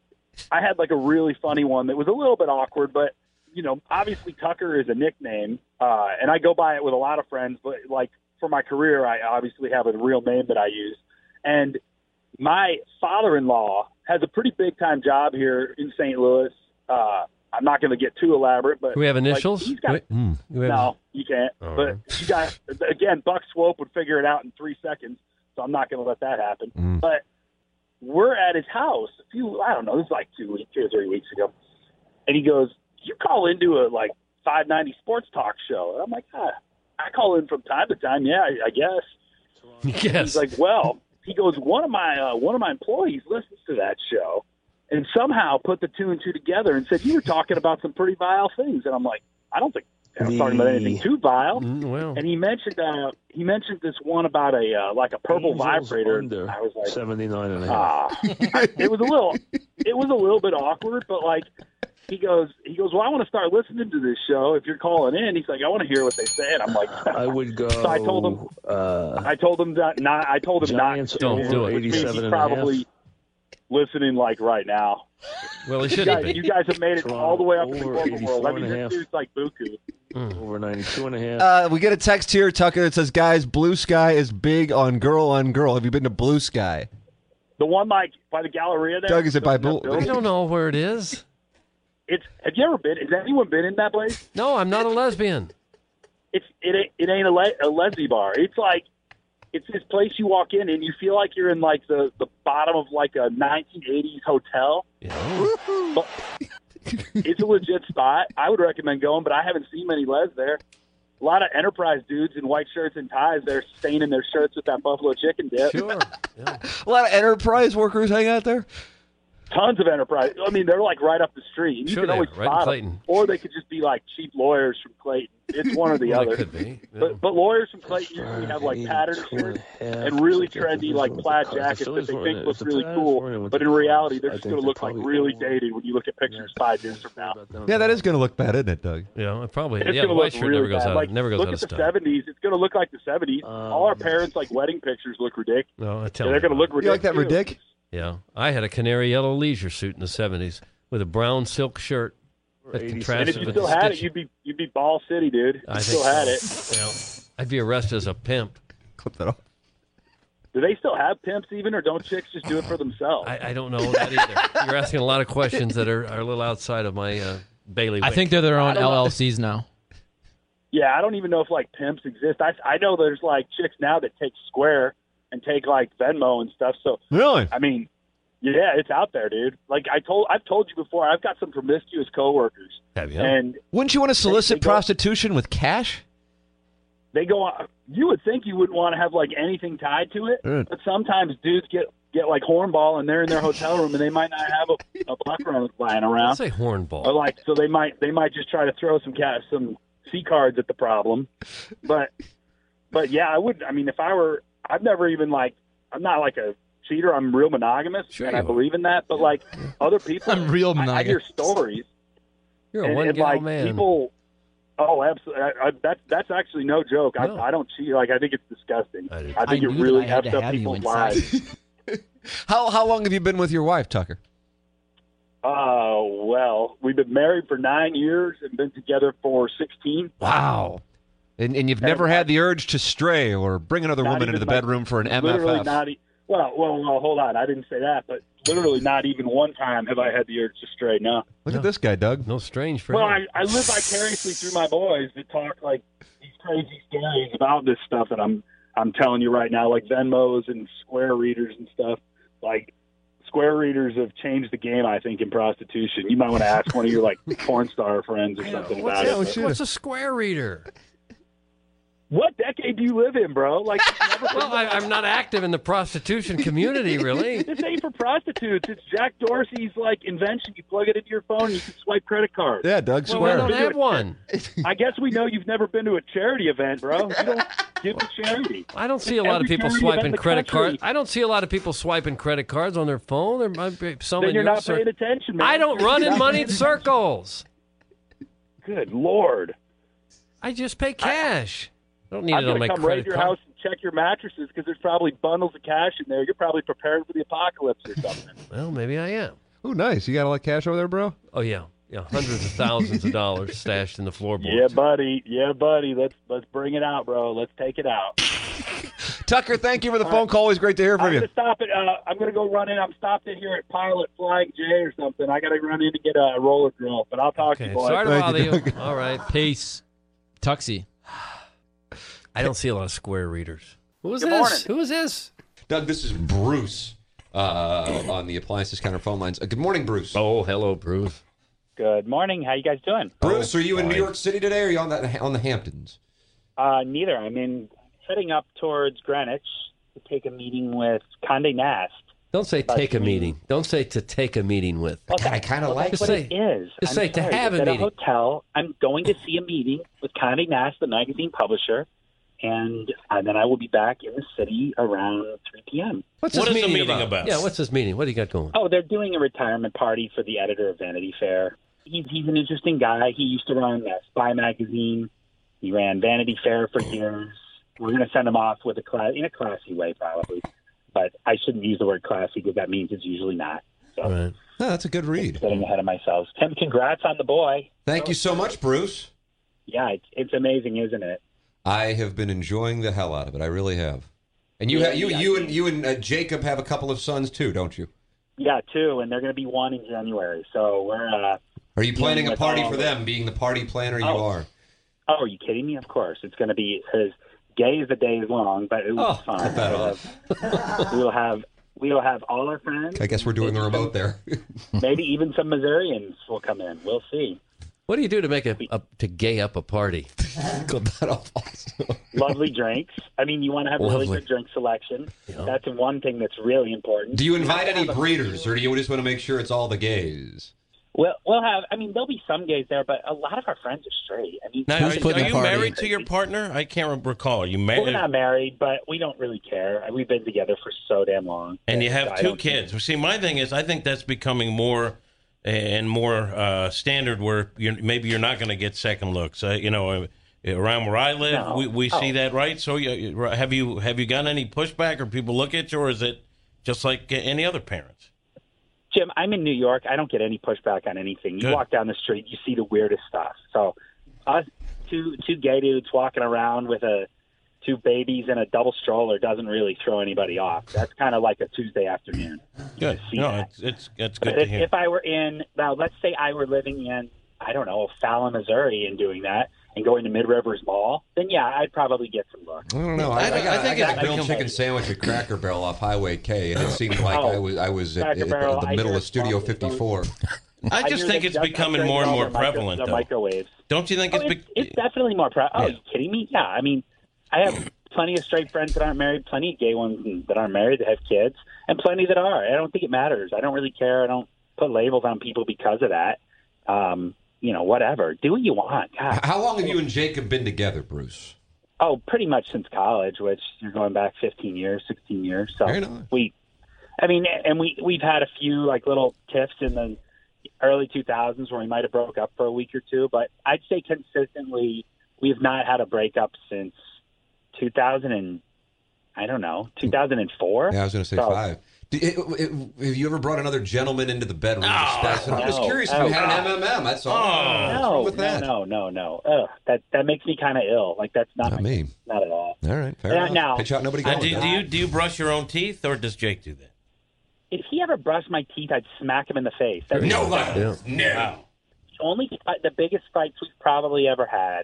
Speaker 7: I had like a really funny one that was a little bit awkward, but you know, obviously Tucker is a nickname, uh, and I go by it with a lot of friends. But like for my career, I obviously have a real name that I use, and my father-in-law has a pretty big-time job here in St. Louis. Uh, I'm not going to get too elaborate, but
Speaker 2: Do we have
Speaker 7: like,
Speaker 2: initials?
Speaker 7: he's got-
Speaker 2: Wait, mm, do we have-
Speaker 7: no, you can't.
Speaker 2: All
Speaker 7: but
Speaker 2: right.
Speaker 7: you got again. Buck Swope would figure it out in three seconds, so I'm not going to let that happen.
Speaker 2: Mm.
Speaker 7: But we're at his house a few. I don't know. This is like two weeks, two or three weeks ago, and he goes, "You call into a like 590 sports talk show?" And I'm like, "Ah, I call in from time to time. Yeah, I, I guess."
Speaker 2: <laughs> Yes.
Speaker 7: He's like, well, he goes, one of my uh, one of my employees listens to that show, and somehow put the two and two together and said you were talking about some pretty vile things, and I'm like, I don't think I was talking about anything too vile.
Speaker 2: Mm, well.
Speaker 7: And he mentioned uh, he mentioned this one about a uh, like a purple vibrator. I was like,
Speaker 23: 79 and a half.
Speaker 7: ah, <laughs> I- it was a little it was a little bit awkward, but like. He goes. He goes. Well, I want to start listening to this show. If you're calling in, he's like, I want to hear what they say. And I'm like,
Speaker 23: I would go.
Speaker 7: <laughs> So I told him.
Speaker 23: Uh,
Speaker 7: I told him that not. I told him
Speaker 23: Giants
Speaker 7: not.
Speaker 23: Don't
Speaker 7: to,
Speaker 23: do it.
Speaker 7: Which means
Speaker 23: 87
Speaker 7: he's
Speaker 23: and a half.
Speaker 7: probably listening like right now.
Speaker 2: Well, he
Speaker 7: You
Speaker 2: shouldn't
Speaker 7: guys,
Speaker 2: be.
Speaker 7: you guys have made it all the way up to the
Speaker 23: Over
Speaker 7: corporate
Speaker 23: 84
Speaker 7: world. I mean,
Speaker 23: and a
Speaker 7: this
Speaker 23: half.
Speaker 7: dude's like Buku.
Speaker 23: over 92 and a half.
Speaker 3: Uh, we get a text here, Tucker, that says, guys, Blue Sky is big on girl on girl. Have you been to Blue Sky?
Speaker 7: The one like by the Galleria there.
Speaker 3: Doug, is it by Bull?
Speaker 2: I don't know where it is.
Speaker 7: It's. Have you ever been? Has anyone been in that place?
Speaker 2: No, I'm not a lesbian.
Speaker 7: It's. It ain't. It ain't a, le- a lesbian bar. It's like. It's this place you walk in and you feel like you're in like the the bottom of like a 1980s hotel. But
Speaker 2: <laughs>
Speaker 7: it's a legit spot. I would recommend going, but I haven't seen many les there. A lot of enterprise dudes in white shirts and ties. They're staining their <laughs> shirts with that buffalo chicken dip.
Speaker 2: Sure.
Speaker 3: A lot of enterprise workers hang out there.
Speaker 7: Tons of enterprise. I mean, they're like right up the street. You
Speaker 2: Sure
Speaker 7: can
Speaker 2: they
Speaker 7: always
Speaker 2: are, right in
Speaker 7: spot 'em.
Speaker 2: Clayton.
Speaker 7: or they could just be like cheap lawyers from Clayton. It's one or
Speaker 2: <laughs>
Speaker 7: the
Speaker 2: Well, it
Speaker 7: other.
Speaker 2: could be, yeah.
Speaker 7: But, but lawyers from Clayton usually have like pattern shirts and really trendy like plaid jackets that they think look really cool, but in reality they're just going to look like really dated when you look at pictures five years from now.
Speaker 3: Yeah, that is going to look bad, isn't it, Doug?
Speaker 2: Yeah, it probably.
Speaker 7: It's
Speaker 2: yeah,
Speaker 7: gonna
Speaker 2: the white
Speaker 7: look
Speaker 2: shirt
Speaker 7: really
Speaker 2: never goes
Speaker 7: bad.
Speaker 2: out.
Speaker 7: Like,
Speaker 2: never goes
Speaker 7: look
Speaker 2: out
Speaker 7: at
Speaker 2: of
Speaker 7: the
Speaker 2: style.
Speaker 7: seventies. It's gonna look like the seventies. All our parents' like wedding pictures look ridiculous.
Speaker 2: No, I tell
Speaker 7: And they're
Speaker 2: you.
Speaker 7: gonna look ridiculous. too.
Speaker 2: Yeah, I had a canary yellow leisure suit in the '70s with a brown silk shirt that
Speaker 7: And if
Speaker 2: contrasted
Speaker 7: you
Speaker 2: with
Speaker 7: still
Speaker 2: the
Speaker 7: had it,
Speaker 2: stitch.
Speaker 7: you'd be you'd be Ball City, dude.
Speaker 2: I
Speaker 7: You
Speaker 2: think
Speaker 7: still had it.
Speaker 2: so. Yeah. I'd be arrested as a pimp.
Speaker 3: Clip that off.
Speaker 7: Do they still have pimps even, or don't chicks just do it for themselves?
Speaker 2: I, I don't know that either. You're asking a lot of questions that are, are a little outside of my uh, bailiwick.
Speaker 8: I think they're their own
Speaker 7: I don't know.
Speaker 8: LLCs now.
Speaker 7: Yeah, I don't even know if like pimps exist. I I know there's like chicks now that take Square and take like Venmo and stuff. So
Speaker 3: Really?
Speaker 7: I mean, yeah, it's out there, dude. Like I told, I've told you before, I've got some promiscuous coworkers,
Speaker 2: Have you?
Speaker 7: and
Speaker 3: Wouldn't you want to solicit prostitution with cash?
Speaker 7: they go. on- You would think you wouldn't want to have like anything tied to it,
Speaker 3: Right.
Speaker 7: but sometimes dudes get get like hornball, and they're in their hotel room, and they might not have a, a
Speaker 2: <laughs>
Speaker 7: buck run lying
Speaker 2: I'd
Speaker 7: around.
Speaker 2: say
Speaker 7: Or
Speaker 2: hornball.
Speaker 7: like, so they might they might just try to throw some cat some C cards at the problem, but but yeah, I would. I mean, if I were, I've never even like, I'm not like a cheater. I'm real monogamous,
Speaker 2: Sure
Speaker 7: and
Speaker 2: you
Speaker 7: I
Speaker 2: are.
Speaker 7: believe in that. But like other people,
Speaker 24: I'm real
Speaker 7: I- I, hear
Speaker 24: monogamous.
Speaker 7: stories.
Speaker 2: You're a
Speaker 7: and,
Speaker 2: one
Speaker 7: and,
Speaker 2: gal
Speaker 7: like,
Speaker 2: man.
Speaker 7: People, oh, absolutely. I, I, that's that's actually no joke.
Speaker 2: No.
Speaker 7: I, I don't cheat. Like I think it's disgusting. I,
Speaker 2: did.
Speaker 7: think
Speaker 25: I
Speaker 7: it
Speaker 25: knew
Speaker 7: really
Speaker 25: that I had
Speaker 7: effed
Speaker 25: to
Speaker 7: up
Speaker 25: have you
Speaker 7: people's
Speaker 25: inside.
Speaker 7: lives.
Speaker 3: How how long have you been with your wife, Tucker?
Speaker 7: Oh well, we've been married for nine years and been together for sixteen.
Speaker 3: Wow. And, and you've never had the urge to stray or bring another
Speaker 7: Not
Speaker 3: woman into
Speaker 7: even
Speaker 3: the
Speaker 7: my-
Speaker 3: bedroom for an
Speaker 7: Literally
Speaker 3: MFF.
Speaker 7: not. E- well, well, well. Hold on, I didn't say that, but literally not even one time have I had the urge to stray. No.
Speaker 3: Look at this guy, Doug.
Speaker 2: No strange for
Speaker 7: Well,
Speaker 2: him.
Speaker 7: I, I live vicariously through my boys that talk like these crazy stories about this stuff that I'm I'm telling you right now, like Venmos and Square readers and stuff. Like Square readers have changed the game, I think, in prostitution. You might want to ask one of your like porn star
Speaker 2: <laughs>
Speaker 7: friends or something
Speaker 2: what's,
Speaker 7: about
Speaker 2: a,
Speaker 7: it. but-
Speaker 2: what's a square reader?
Speaker 7: What decade do you live in, bro? Like, it's never
Speaker 2: <laughs> Well, I, I'm not active in the prostitution community,
Speaker 7: <laughs>
Speaker 2: really.
Speaker 7: this ain't for prostitutes. It's Jack Dorsey's like invention. You plug it into your phone, and you can swipe credit cards.
Speaker 3: Yeah, Doug
Speaker 2: Well, I
Speaker 3: Square.
Speaker 2: don't have one.
Speaker 7: I guess we know you've never been to a charity event, bro. You don't give to charity.
Speaker 2: I don't see a lot of
Speaker 7: Every
Speaker 2: people
Speaker 7: charity event in
Speaker 2: swiping
Speaker 7: the
Speaker 2: credit
Speaker 7: country.
Speaker 2: cards. I don't see a lot of people swiping credit cards on their phone. There might be some
Speaker 7: Then
Speaker 2: in
Speaker 7: you're
Speaker 2: your
Speaker 7: not
Speaker 2: cir-
Speaker 7: paying attention, man.
Speaker 2: I don't run
Speaker 7: You're
Speaker 2: in
Speaker 7: not
Speaker 2: moneyed
Speaker 7: paying
Speaker 2: circles.
Speaker 7: Good lord!
Speaker 2: I just pay cash. I, don't need
Speaker 7: I'm
Speaker 2: it on
Speaker 7: gonna
Speaker 2: my
Speaker 7: come
Speaker 2: credit
Speaker 7: raid your
Speaker 2: card.
Speaker 7: house and check your mattresses because there's probably bundles of cash in there. You're probably preparing for the apocalypse or
Speaker 2: <laughs>
Speaker 7: something.
Speaker 2: Well, maybe I am.
Speaker 3: Oh, nice. You got a lot of cash over there, bro?
Speaker 2: Oh yeah, yeah, hundreds of thousands of
Speaker 7: <laughs>
Speaker 2: dollars stashed in the floorboards.
Speaker 7: yeah, buddy. Yeah, buddy. Let's let's bring it out, bro. Let's take it out.
Speaker 3: Tucker, thank you for the phone call. Always great to hear
Speaker 7: I'm
Speaker 3: from you.
Speaker 7: gonna stop it. Uh, I'm gonna go run in. I'm stopped in here at Pilot Flying J or something. I gotta run in to get a roller drill, but I'll talk to
Speaker 2: Okay,
Speaker 7: you boys.
Speaker 2: sorry to
Speaker 3: Thank
Speaker 2: bother
Speaker 3: you,
Speaker 2: you. All right,
Speaker 8: Peace. Tuxie.
Speaker 2: I don't see a lot of square readers. Who is
Speaker 7: Good
Speaker 2: this?
Speaker 7: morning.
Speaker 2: Who is this?
Speaker 3: Doug, this is Bruce uh, on the appliances counter phone lines. Uh, good morning, Bruce.
Speaker 2: Oh, hello, Bruce.
Speaker 26: Good morning. How you guys doing?
Speaker 3: Bruce, are you in New
Speaker 2: fine.
Speaker 3: York City today, or are you on the on the Hamptons?
Speaker 26: Uh, neither. I mean, heading up towards Greenwich to take a meeting with Condé Nast.
Speaker 2: Don't say take a meeting. Don't say to take a meeting with.
Speaker 26: Well,
Speaker 3: God, I kind of like
Speaker 26: that's
Speaker 2: just
Speaker 26: what
Speaker 3: that.
Speaker 2: say-
Speaker 26: it is.
Speaker 2: just
Speaker 26: I'm
Speaker 2: say to
Speaker 26: sorry.
Speaker 2: have
Speaker 26: It's
Speaker 2: a
Speaker 26: at
Speaker 2: meeting.
Speaker 26: hotel. I'm going to see a meeting with Condé Nast, the magazine publisher, and, and then I will be back in the city around 3 p.m.
Speaker 2: What's
Speaker 5: What
Speaker 2: this
Speaker 5: is the
Speaker 2: meeting,
Speaker 5: meeting about?
Speaker 2: Yeah, what's this meeting? What do you got going?
Speaker 26: Oh, they're doing a retirement party for the editor of Vanity Fair. He's he's an interesting guy. He used to run uh, Spy magazine. He ran Vanity Fair for years. We're going to send him off with a class in a classy way, probably. But I shouldn't use the word classy because that means it's usually not.
Speaker 2: All right.
Speaker 3: No, that's a good read.
Speaker 26: Getting ahead of myself. Tim, congrats on the boy.
Speaker 3: Thank you so much, Bruce.
Speaker 26: Yeah, it's, it's amazing, isn't it?
Speaker 3: I have been enjoying the hell out of it. I really have. And you,
Speaker 26: Yeah,
Speaker 3: ha- you,
Speaker 26: yeah.
Speaker 3: you, and you and uh, Jacob have a couple of sons too, don't you?
Speaker 26: Yeah, two, and they're going to be one in January. So we're. Uh,
Speaker 3: Are you planning a
Speaker 26: with
Speaker 3: party
Speaker 26: all
Speaker 3: for
Speaker 26: the-
Speaker 3: them? Being the party planner you
Speaker 26: Oh.
Speaker 3: are.
Speaker 26: oh, are you kidding me? Of course, it's going to be as gay as the day is long, but it was
Speaker 3: Oh,
Speaker 26: fun.
Speaker 3: cut that
Speaker 26: We'll
Speaker 7: <laughs>
Speaker 3: off.
Speaker 26: have- we'll have we'll have all our friends.
Speaker 3: I guess we're doing the remote there.
Speaker 26: Maybe even some Missourians will come in. We'll see.
Speaker 2: What do you do to make a, a to gay up a party?
Speaker 19: <laughs>
Speaker 7: Lovely drinks. I mean, you want to have a really
Speaker 3: Lovely.
Speaker 7: good drink selection. That's one thing that's really important.
Speaker 3: Do you invite
Speaker 7: gotta
Speaker 3: any
Speaker 7: have a-
Speaker 3: breeders, or do you just want to make sure it's all the gays?
Speaker 7: We'll, we'll have. I mean, there'll be some gays there, but a lot of our friends are straight. I mean,
Speaker 8: Now,
Speaker 19: Who's
Speaker 8: are,
Speaker 19: putting
Speaker 8: are
Speaker 19: the
Speaker 8: you
Speaker 19: party?
Speaker 8: married to your partner? I can't re- recall. Are you
Speaker 7: we're
Speaker 8: married?
Speaker 7: not married, but we don't really care. We've been together for so damn long.
Speaker 8: and you
Speaker 7: I
Speaker 8: have two
Speaker 7: don't-
Speaker 8: kids. Well, see, my thing is, I think that's becoming more and more uh, standard. Where you're, maybe you're not going to get second looks. Uh, you know, uh, around where I live,
Speaker 7: No. Oh.
Speaker 8: we, we see that, right? So, you, you- have you have you gotten any pushback, or people look at you, or is it just like any other parents?
Speaker 7: Jim, I'm in New York. I don't get any pushback on anything. You
Speaker 8: Good.
Speaker 7: walk down the street, you see the weirdest stuff. So, us two two gay dudes walking around with a two babies and a double stroller doesn't really throw anybody off. That's kind of like a Tuesday afternoon.
Speaker 8: Good.
Speaker 7: see
Speaker 8: No,
Speaker 7: that.
Speaker 8: it's it's, it's good
Speaker 7: But
Speaker 8: to
Speaker 7: if,
Speaker 8: hear.
Speaker 7: if I were in now, let's say I were living in I don't know Fallon, Missouri, and doing that and going to Mid Rivers Mall, then yeah, I'd probably get some looks.
Speaker 3: I don't know.
Speaker 8: I
Speaker 3: I, I,
Speaker 8: don't-
Speaker 3: got,
Speaker 8: I
Speaker 3: I
Speaker 8: think
Speaker 3: got
Speaker 8: it's
Speaker 3: a grilled
Speaker 8: become-
Speaker 3: chicken sandwich at Cracker Barrel off Highway K, and it seemed like I was I was at,
Speaker 7: Cracker
Speaker 3: at
Speaker 7: Barrel,
Speaker 3: the
Speaker 7: I
Speaker 3: middle
Speaker 7: hear
Speaker 3: of Studio 54.
Speaker 8: I just think
Speaker 7: hear that
Speaker 8: it's
Speaker 7: Jeff-
Speaker 8: becoming
Speaker 7: Jeff
Speaker 8: more and
Speaker 7: Bezos
Speaker 8: more
Speaker 7: and micro-
Speaker 8: prevalent,
Speaker 7: the
Speaker 8: though.
Speaker 7: microwaves.
Speaker 8: Don't you think
Speaker 7: Oh,
Speaker 8: it's,
Speaker 7: it's,
Speaker 8: be-
Speaker 7: it's definitely more pro. Oh, you kidding me? Yeah, I mean, I have plenty of straight friends that aren't married, plenty of gay ones that aren't married that have kids, and plenty that are. I don't think it matters. I don't really care. I don't put labels on people because of that. Um, you know, whatever. Do what you want. God.
Speaker 3: How long have you and Jacob been together, Bruce?
Speaker 7: Oh, pretty much since college, which you're going back 15 years, 16 years. So
Speaker 3: Very nice.
Speaker 7: we, I mean, and we we've had a few like little tiffs in the early 2000s where we might have broke up for a week or two, but I'd say consistently we have not had a breakup since 2000 and I don't know 2004.
Speaker 3: Yeah, I was going to say
Speaker 7: So-
Speaker 3: five. Do- it- it- have you ever brought another gentleman into the bedroom? to
Speaker 8: Oh,
Speaker 3: discuss it? I'm just
Speaker 7: no.
Speaker 3: curious if
Speaker 7: Oh,
Speaker 3: you had an
Speaker 7: God.
Speaker 3: MMM. That's all.
Speaker 8: Oh.
Speaker 3: What's wrong
Speaker 7: No,
Speaker 3: with
Speaker 7: no,
Speaker 3: that?
Speaker 7: no, no, no. Ugh, that that makes me kind of ill. Like that's not
Speaker 3: Not
Speaker 7: my-
Speaker 3: me.
Speaker 7: Not at all.
Speaker 3: All right, fair
Speaker 7: Yeah,
Speaker 3: enough.
Speaker 7: now-
Speaker 3: Pitch out, nobody
Speaker 8: Uh,
Speaker 3: going.
Speaker 8: do,
Speaker 3: huh?
Speaker 8: do you do you brush your own teeth, or does Jake do that?
Speaker 7: If he ever brushed my teeth, I'd smack him in the face. That's
Speaker 8: No.
Speaker 7: only fight, the biggest fights we've probably ever had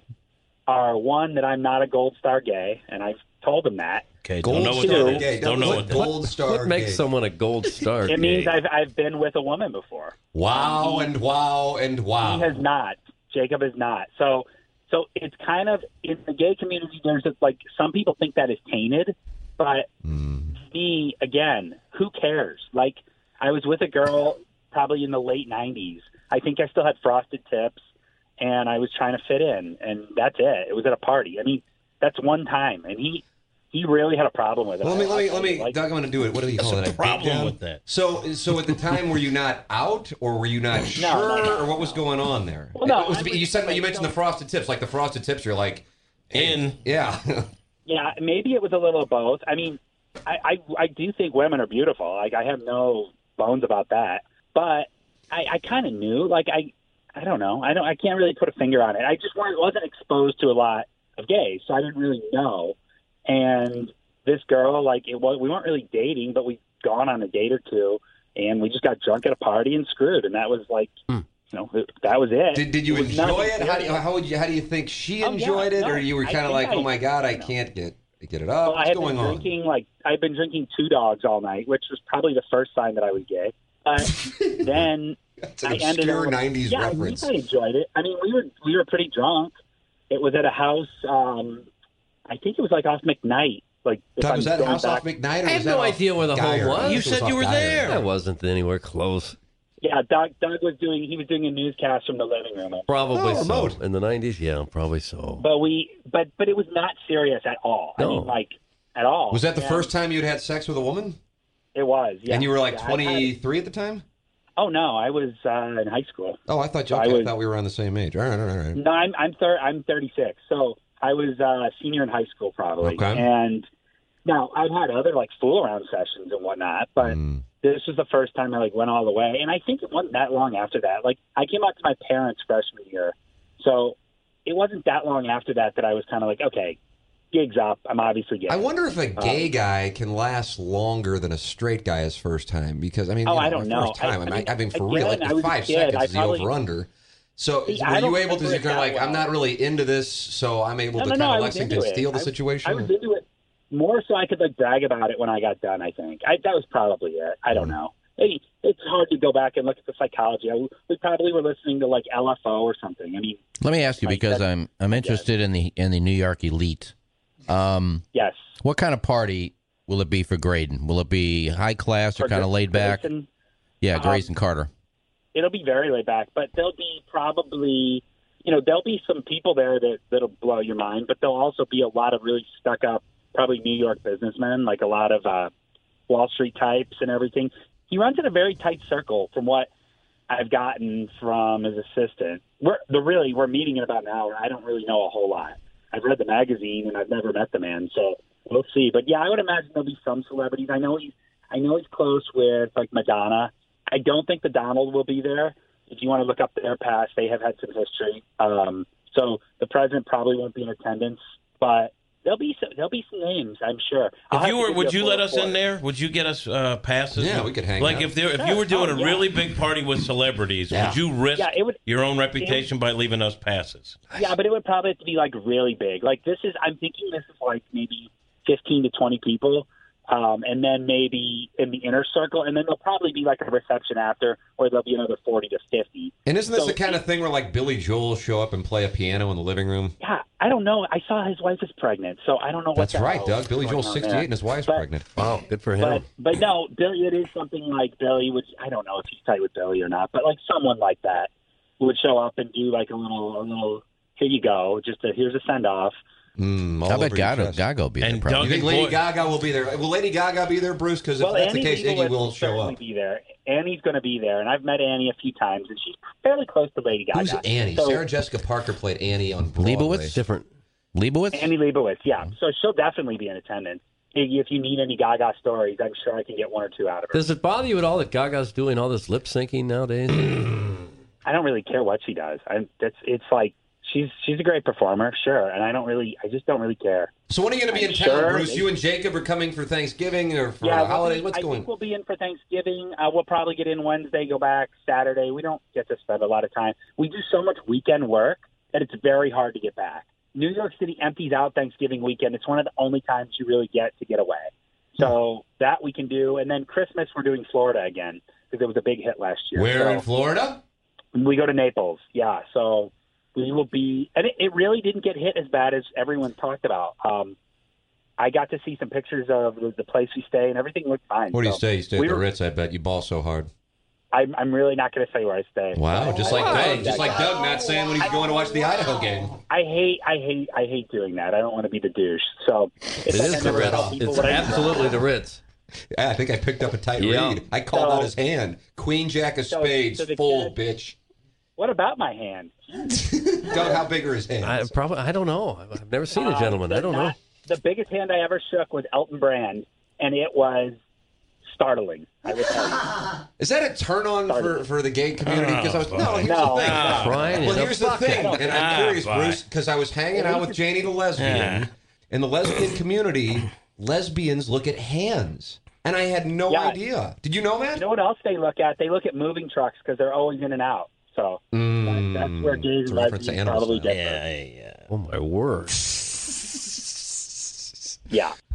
Speaker 7: are one that I'm not a gold star gay, and I've told him that.
Speaker 8: Okay,
Speaker 3: Gold
Speaker 8: don't know what
Speaker 3: star
Speaker 8: that
Speaker 3: gay.
Speaker 8: is. Don't know
Speaker 3: What-
Speaker 8: what that is.
Speaker 3: Gold star.
Speaker 2: What makes
Speaker 3: gay.
Speaker 2: someone a
Speaker 7: <laughs>
Speaker 2: gold star?
Speaker 7: It means
Speaker 2: gay?
Speaker 7: I've I've been with a woman before.
Speaker 3: Wow and wow and wow.
Speaker 7: He has not. Jacob has not. So so it's kind of in the gay community. There's a, like some people think that is tainted, but me again, who cares? Like I was with a girl probably in the late '90s. I think I still had frosted tips, and I was trying to fit in, and that's it. It was at a party. I mean, that's one time, and he he really had a problem with it.
Speaker 3: Well, let me, let me, let me,
Speaker 7: Like,
Speaker 3: Doug, I'm going to do it. What do you call
Speaker 8: That's
Speaker 3: it?
Speaker 8: a
Speaker 3: dig
Speaker 8: problem
Speaker 3: down?
Speaker 8: with that.
Speaker 3: So, so at the time, were you not out, or were you not sure,
Speaker 7: <laughs> no, no,
Speaker 3: or what was going on there?
Speaker 7: Well, no,
Speaker 3: It was-
Speaker 7: I was-
Speaker 3: you said you mentioned the frosted tips, like the frosted tips. You're like,
Speaker 8: In
Speaker 3: yeah, <laughs>
Speaker 7: Yeah, maybe it was a little of both. I mean, I, I I do think women are beautiful. Like I have no bones about that. But I, I kind of knew. Like I I don't know. I don't. I can't really put a finger on it. I just weren't, wasn't exposed to a lot of gays, so I didn't really know. And this girl, like it was, we weren't really dating, but we had gone on a date or two, and we just got drunk at a party and screwed, and that was like. You know, that was it.
Speaker 3: did, did you
Speaker 7: It was
Speaker 3: enjoy
Speaker 7: nothing
Speaker 3: it? How do you,
Speaker 7: serious.
Speaker 3: how would you, how do you think she
Speaker 7: Oh, yeah,
Speaker 3: enjoyed it,
Speaker 7: no,
Speaker 3: or you were
Speaker 7: I
Speaker 3: kind of
Speaker 7: think
Speaker 3: like,
Speaker 7: I-
Speaker 3: oh my god, I
Speaker 7: no.
Speaker 3: can't get get it up.
Speaker 7: Well, I
Speaker 3: What's
Speaker 7: had
Speaker 3: going
Speaker 7: been
Speaker 3: on?
Speaker 7: drinking like I've been drinking two dogs all night, which was probably the first sign that I was gay.
Speaker 3: <laughs>
Speaker 7: But then
Speaker 3: That's an
Speaker 7: I ended
Speaker 3: obscure
Speaker 7: up-
Speaker 3: '90s
Speaker 7: yeah, I think
Speaker 3: reference.
Speaker 7: I enjoyed it. I mean, we were we were pretty drunk. It was at a house. Um, I think it was like off McKnight. Like if
Speaker 3: Doug,
Speaker 7: I'm
Speaker 3: was that
Speaker 7: going
Speaker 3: house
Speaker 7: back,
Speaker 3: off McKnight? Or was
Speaker 2: I have
Speaker 3: that
Speaker 2: no
Speaker 3: off
Speaker 2: idea where the home
Speaker 3: Geyer?
Speaker 2: was.
Speaker 3: I think it
Speaker 2: You
Speaker 3: was
Speaker 8: said
Speaker 3: off
Speaker 8: you were
Speaker 3: Geyer.
Speaker 8: there.
Speaker 2: I wasn't anywhere close.
Speaker 7: Yeah, Doug. Doug was doing. He was doing a newscast from the living room.
Speaker 2: Probably
Speaker 3: Oh,
Speaker 2: so.
Speaker 3: remote.
Speaker 2: In the nineties, yeah, probably so.
Speaker 7: But we. But but it was not serious at all. I
Speaker 2: No.
Speaker 7: mean, like at all.
Speaker 3: Was that the
Speaker 7: And
Speaker 3: first time you'd had sex with a woman?
Speaker 7: It was. Yeah.
Speaker 3: And you were like
Speaker 7: Yeah, I had-
Speaker 3: 23 at the time?
Speaker 7: oh no, I was uh, in high school.
Speaker 3: Oh, I thought you.
Speaker 7: I
Speaker 3: Okay, I,
Speaker 7: was-
Speaker 3: thought we were on the same age. All right, all right, all right.
Speaker 7: No, I'm I'm thir- I'm 36. So I was uh, senior in high school probably.
Speaker 3: Okay.
Speaker 7: And now I've had other like fool around sessions and whatnot, but
Speaker 3: Mm.
Speaker 7: this was the first time I like went all the way. And I think it wasn't that long after that. Like I came out to my parents freshman year, so it wasn't that long after that that I was kind of like, okay, gigs up. I'm obviously gay.
Speaker 3: I wonder if a
Speaker 7: Um,
Speaker 3: gay guy can last longer than a straight guy his first time because I mean,
Speaker 7: Oh,
Speaker 3: you
Speaker 7: I don't
Speaker 3: my First
Speaker 7: know. I-
Speaker 3: time, I,
Speaker 7: I
Speaker 3: mean,
Speaker 7: mean,
Speaker 3: I mean, for real, like
Speaker 7: again, I
Speaker 3: the
Speaker 7: was a
Speaker 3: five
Speaker 7: kid.
Speaker 3: seconds
Speaker 7: I
Speaker 3: is
Speaker 7: probably-
Speaker 3: the over under. So
Speaker 7: See, I
Speaker 3: were you
Speaker 7: don't
Speaker 3: able to?
Speaker 7: remember
Speaker 3: You're kind
Speaker 7: it
Speaker 3: of
Speaker 7: that
Speaker 3: like,
Speaker 7: well.
Speaker 3: I'm not really into this, so I'm able to kind
Speaker 7: I
Speaker 3: of
Speaker 7: was
Speaker 3: Lexington
Speaker 7: into it.
Speaker 3: steal the
Speaker 7: I was-
Speaker 3: situation.
Speaker 7: I was into it more so I could like brag about it when I got done. I think I, that was probably it. I don't know. Hey, it's hard to go back and look at the psychology. I, we probably were listening to like LFO or something. I mean,
Speaker 19: Let me ask you
Speaker 7: like
Speaker 19: because
Speaker 7: that-
Speaker 19: I'm I'm interested in the in the New York elite. Um,
Speaker 7: yes.
Speaker 19: What kind of party will it be for Graydon? Will it be high class or
Speaker 7: For
Speaker 19: kind of
Speaker 7: Gra-
Speaker 19: laid back?
Speaker 7: Grayson,
Speaker 19: yeah,
Speaker 7: um,
Speaker 19: Grayson Carter.
Speaker 7: it'll be very laid back, but there'll be probably, you know, there'll be some people there that that'll blow your mind, but there'll also be a lot of really stuck up, probably New York businessmen, like a lot of uh, Wall Street types and everything. He runs in a very tight circle, from what I've gotten from his assistant. We're the really we're meeting in about an hour. I don't really know a whole lot. I've read the magazine and I've never met the man, so we'll see. But yeah, I would imagine there'll be some celebrities. I know he's I know he's close with like Madonna. I don't think the Donald will be there. If you want to look up their past, they have had some history. Um, so the president probably won't be in attendance, but there'll be some there'll be some names, I'm sure.
Speaker 8: If
Speaker 7: I'll have
Speaker 8: you
Speaker 7: to
Speaker 8: were,
Speaker 7: give
Speaker 8: would
Speaker 7: a
Speaker 8: you
Speaker 7: full
Speaker 8: let us
Speaker 7: report.
Speaker 8: in there? Would you get us uh, passes?
Speaker 3: Yeah, we could hang
Speaker 8: Like
Speaker 3: out.
Speaker 8: if there, if
Speaker 7: Sure.
Speaker 8: you were doing
Speaker 7: Oh,
Speaker 8: a
Speaker 7: yeah.
Speaker 8: really big party with celebrities, would you risk
Speaker 7: Yeah, it would-
Speaker 8: your own reputation by leaving us passes?
Speaker 7: Yeah, but it would probably have to be like really big. Like this is, I'm thinking this is like maybe 15 to 20 people, um, and then maybe in the inner circle, and then there'll probably be like a reception after, or there'll be another 40 to 50.
Speaker 3: And isn't this
Speaker 7: So
Speaker 3: the kind of thing where like Billy Joel will show up and play a piano in the living room?
Speaker 7: Yeah, I don't know. I saw his wife is pregnant, so I don't know what.
Speaker 3: That's
Speaker 7: the
Speaker 3: right,
Speaker 7: hell
Speaker 3: Doug.
Speaker 7: is
Speaker 3: Billy
Speaker 7: going
Speaker 3: Joel's
Speaker 7: Oh, on
Speaker 3: 68
Speaker 7: there.
Speaker 3: and his wife's
Speaker 7: But-
Speaker 3: pregnant.
Speaker 1: Wow, good for
Speaker 7: But
Speaker 1: him.
Speaker 7: but no, Billy, it is something like Billy, which I don't know if he's tight with Billy or not, but like someone like that would show up and do like a little a little. Here you go. Just a, here's a send off.
Speaker 3: Mm, all
Speaker 19: I bet
Speaker 3: over your
Speaker 19: Gaga,
Speaker 3: chest.
Speaker 19: Gaga will be there.
Speaker 8: And
Speaker 19: Probably.
Speaker 3: You think Lady Gaga will be there? Will Lady Gaga be there, Bruce? Because if
Speaker 7: Well,
Speaker 3: that's
Speaker 7: Annie
Speaker 3: the case,
Speaker 7: Leibovitz
Speaker 3: Iggy will show
Speaker 7: certainly
Speaker 3: up.
Speaker 7: Be there. Annie's going to be there, and I've met Annie a few times, and she's fairly close to Lady Gaga.
Speaker 3: Who's Annie?
Speaker 7: So,
Speaker 3: Sarah Jessica Parker played Annie on Broadway.
Speaker 19: Leibowitz?
Speaker 1: Different.
Speaker 19: Leibowitz?
Speaker 7: Annie Leibovitz, yeah.
Speaker 3: Mm-hmm.
Speaker 7: So she'll definitely be in attendance. Iggy, if you need any Gaga stories, I'm sure I can get one or two out of her.
Speaker 2: Does it bother you at all that Gaga's doing all this lip syncing nowadays?
Speaker 7: I don't really care what she does. I'm, that's it's like she's she's a great performer, sure, and I don't really, I just don't really care.
Speaker 3: So when are you going to be
Speaker 7: I'm
Speaker 3: in town,
Speaker 7: sure
Speaker 3: Bruce?
Speaker 7: they-
Speaker 3: You and Jacob are coming for Thanksgiving or for
Speaker 7: yeah,
Speaker 3: the
Speaker 7: we'll
Speaker 3: holidays.
Speaker 7: be-
Speaker 3: What's
Speaker 7: I
Speaker 3: going?
Speaker 7: think we'll be in for Thanksgiving. Uh, we'll probably get in Wednesday, go back Saturday. We don't get to spend a lot of time. We do so much weekend work that it's very hard to get back. New York City empties out Thanksgiving weekend. It's one of the only times you really get to get away. So that we can do, and then Christmas we're doing Florida again because it was a big hit last year.
Speaker 3: Where
Speaker 7: So-
Speaker 3: in Florida?
Speaker 7: we go to Naples. Yeah, so we will be, and it, it really didn't get hit as bad as everyone talked about. Um, I got to see some pictures of the, the place we stay, and everything looked fine.
Speaker 3: Where do you
Speaker 7: So
Speaker 3: stay? You stay at
Speaker 7: we
Speaker 3: the
Speaker 7: were-
Speaker 3: Ritz. I bet you ball so hard.
Speaker 7: I'm, I'm really not going to say where I stay.
Speaker 3: Wow, just like
Speaker 7: Wow.
Speaker 3: Doug, just like Doug, not saying when he's going to watch the Idaho game.
Speaker 7: I hate, I hate, I hate doing that. I don't want to be the douche. So
Speaker 2: it is the Ritz. It's absolutely the Ritz.
Speaker 3: Yeah, I think I picked up a tight
Speaker 2: Yeah.
Speaker 3: read. I called
Speaker 7: So-
Speaker 3: out his hand. Queen Jack of
Speaker 7: So-
Speaker 3: Spades,
Speaker 7: so the
Speaker 3: full
Speaker 7: kid-
Speaker 3: bitch.
Speaker 7: What about my hand?
Speaker 3: Doug, how big are his hands?
Speaker 2: I probably I don't know. I've- I've never seen a
Speaker 7: Uh,
Speaker 2: gentleman. I
Speaker 7: the
Speaker 2: don't know.
Speaker 7: not- The biggest hand I ever shook was Elton Brand, and it was startling. I would tell you.
Speaker 3: Is that a turn on for, for the gay community? Because I was no. Here's
Speaker 7: No.
Speaker 3: the thing.
Speaker 2: No. Crying
Speaker 3: Well,
Speaker 2: in a
Speaker 3: here's the
Speaker 2: bucket.
Speaker 3: thing, and I'm
Speaker 8: Ah,
Speaker 3: curious,
Speaker 8: boy.
Speaker 3: Bruce, because I was hanging out with Janie the lesbian,
Speaker 8: Yeah.
Speaker 3: in the lesbian community, lesbians look at hands, and I had no
Speaker 7: Yeah.
Speaker 3: idea. Did you know
Speaker 7: You
Speaker 3: that?
Speaker 7: know what else they look at? They look at moving trucks because they're always in and out. So
Speaker 3: Mm,
Speaker 7: that's where gays
Speaker 3: it's a
Speaker 7: and
Speaker 3: reference to
Speaker 7: lesbians
Speaker 3: Animal
Speaker 7: probably
Speaker 3: Style.
Speaker 7: differ. Yeah.
Speaker 2: Oh my word.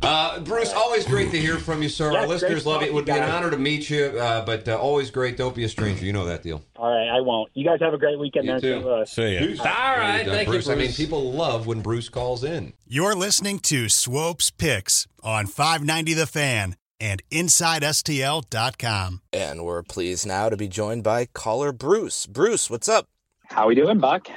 Speaker 3: Uh, Bruce, always great to hear from you, sir.
Speaker 7: Yeah,
Speaker 3: Our
Speaker 7: great
Speaker 3: listeners love you. It would be an
Speaker 7: talking, guys.
Speaker 3: honor to meet you, uh, but uh, always great. Don't be a stranger. You know that deal.
Speaker 7: All right, I won't. You guys have a great weekend
Speaker 3: You
Speaker 7: there
Speaker 3: too.
Speaker 7: in St. Louis.
Speaker 8: See ya.
Speaker 3: All
Speaker 2: right, thank you,
Speaker 3: Bruce. I mean,
Speaker 2: Bruce.
Speaker 3: people love when Bruce calls in.
Speaker 27: You're listening to Swope's Picks on 590 The Fan and InsideSTL.com.
Speaker 6: And we're pleased now to be joined by caller Bruce. Bruce, what's up?
Speaker 28: How we doing, Buck?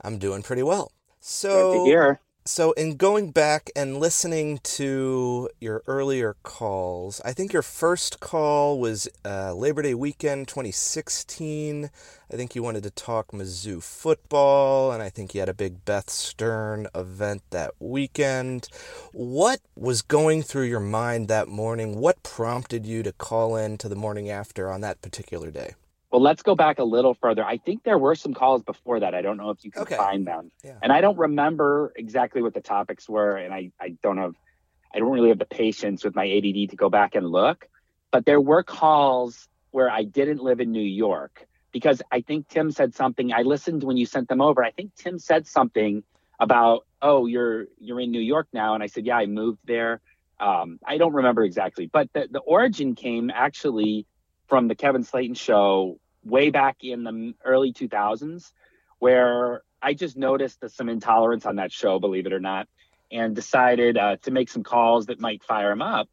Speaker 6: I'm doing pretty well. So
Speaker 28: Good to hear.
Speaker 6: So in going back and listening to your earlier calls, I think your first call was uh, Labor Day weekend 2016. I think you wanted to talk Mizzou football, and I think you had a big Beth Stern event that weekend. What was going through your mind that morning? What prompted you to call in to the morning after on that particular day?
Speaker 28: Well, let's go back a little further. I think there were some calls before that. I don't know if you can find them. And I don't remember exactly what the topics were, and I, I don't have I don't really have the patience with my ADD to go back and look. But there were calls where I didn't live in New York because I think Tim said something. I listened when you sent them over. I think Tim said something about, "Oh, you're you're in New York now," and I said, "Yeah, I moved there." Um, I don't remember exactly, but the, the origin came actually
Speaker 7: from the Kevin Slayton show way back in the early 2000s, where I just noticed some intolerance on that show, believe it or not, and decided uh, to make some calls that might fire him up.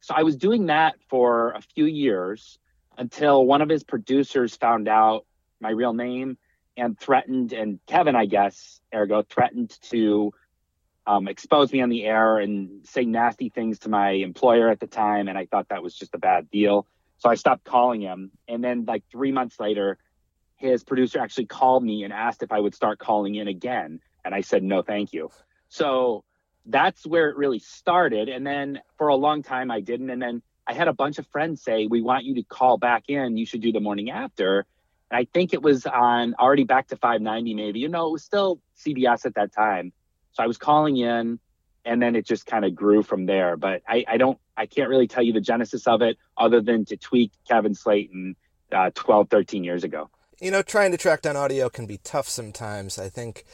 Speaker 7: So I was doing that for a few years until one of his producers found out my real name and threatened, and Kevin, I guess, ergo, threatened to um, expose me on the air and say nasty things to my employer at the time. And I thought that was just a bad deal. So I stopped calling him. And then, like three months later, his producer actually called me and asked if I would start calling in again. And I said, no, thank you. So that's where it really started. And then for a long time, I didn't. And then I had a bunch of friends say, we want you to call back in. You should do the morning after. And I think it was on already back to 590, maybe. You know, it was still CBS at that time. So I was calling in and then it just kind of grew from there. But I, I don't, I can't really tell you the genesis of it other than to tweak Kevin Slayton uh, 12, 13 years ago.
Speaker 3: You know, trying to track down audio can be tough sometimes. I think,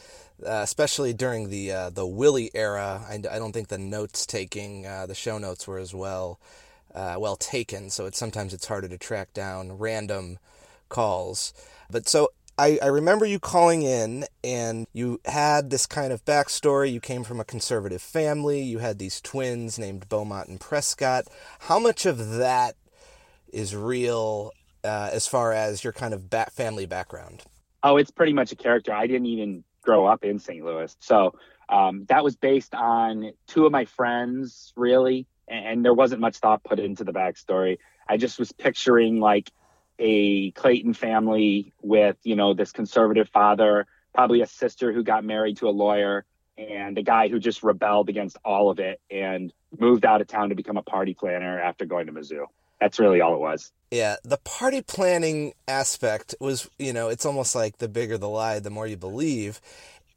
Speaker 3: uh, especially during the uh, the Willie era, I, I, don't think the notes taking, uh, the show notes were as well uh, well taken. So it's sometimes it's harder to track down random calls. But so I, I, remember you calling in and you had this kind of backstory. You came from a conservative family. You had these twins named Beaumont and Prescott. How much of that is real uh, as far as your kind of bat family background?
Speaker 7: Oh, it's pretty much a character. I didn't even grow up in St. Louis. So um, that was based on two of my friends, really. And, and there wasn't much thought put into the backstory. I just was picturing like a Clayton family with, you know, this conservative father, probably a sister who got married to a lawyer, and a guy who just rebelled against all of it and moved out of town to become a party planner after going to Mizzou. That's really all it was.
Speaker 3: Yeah, the party planning aspect was, you know, it's almost like the bigger the lie, the more you believe.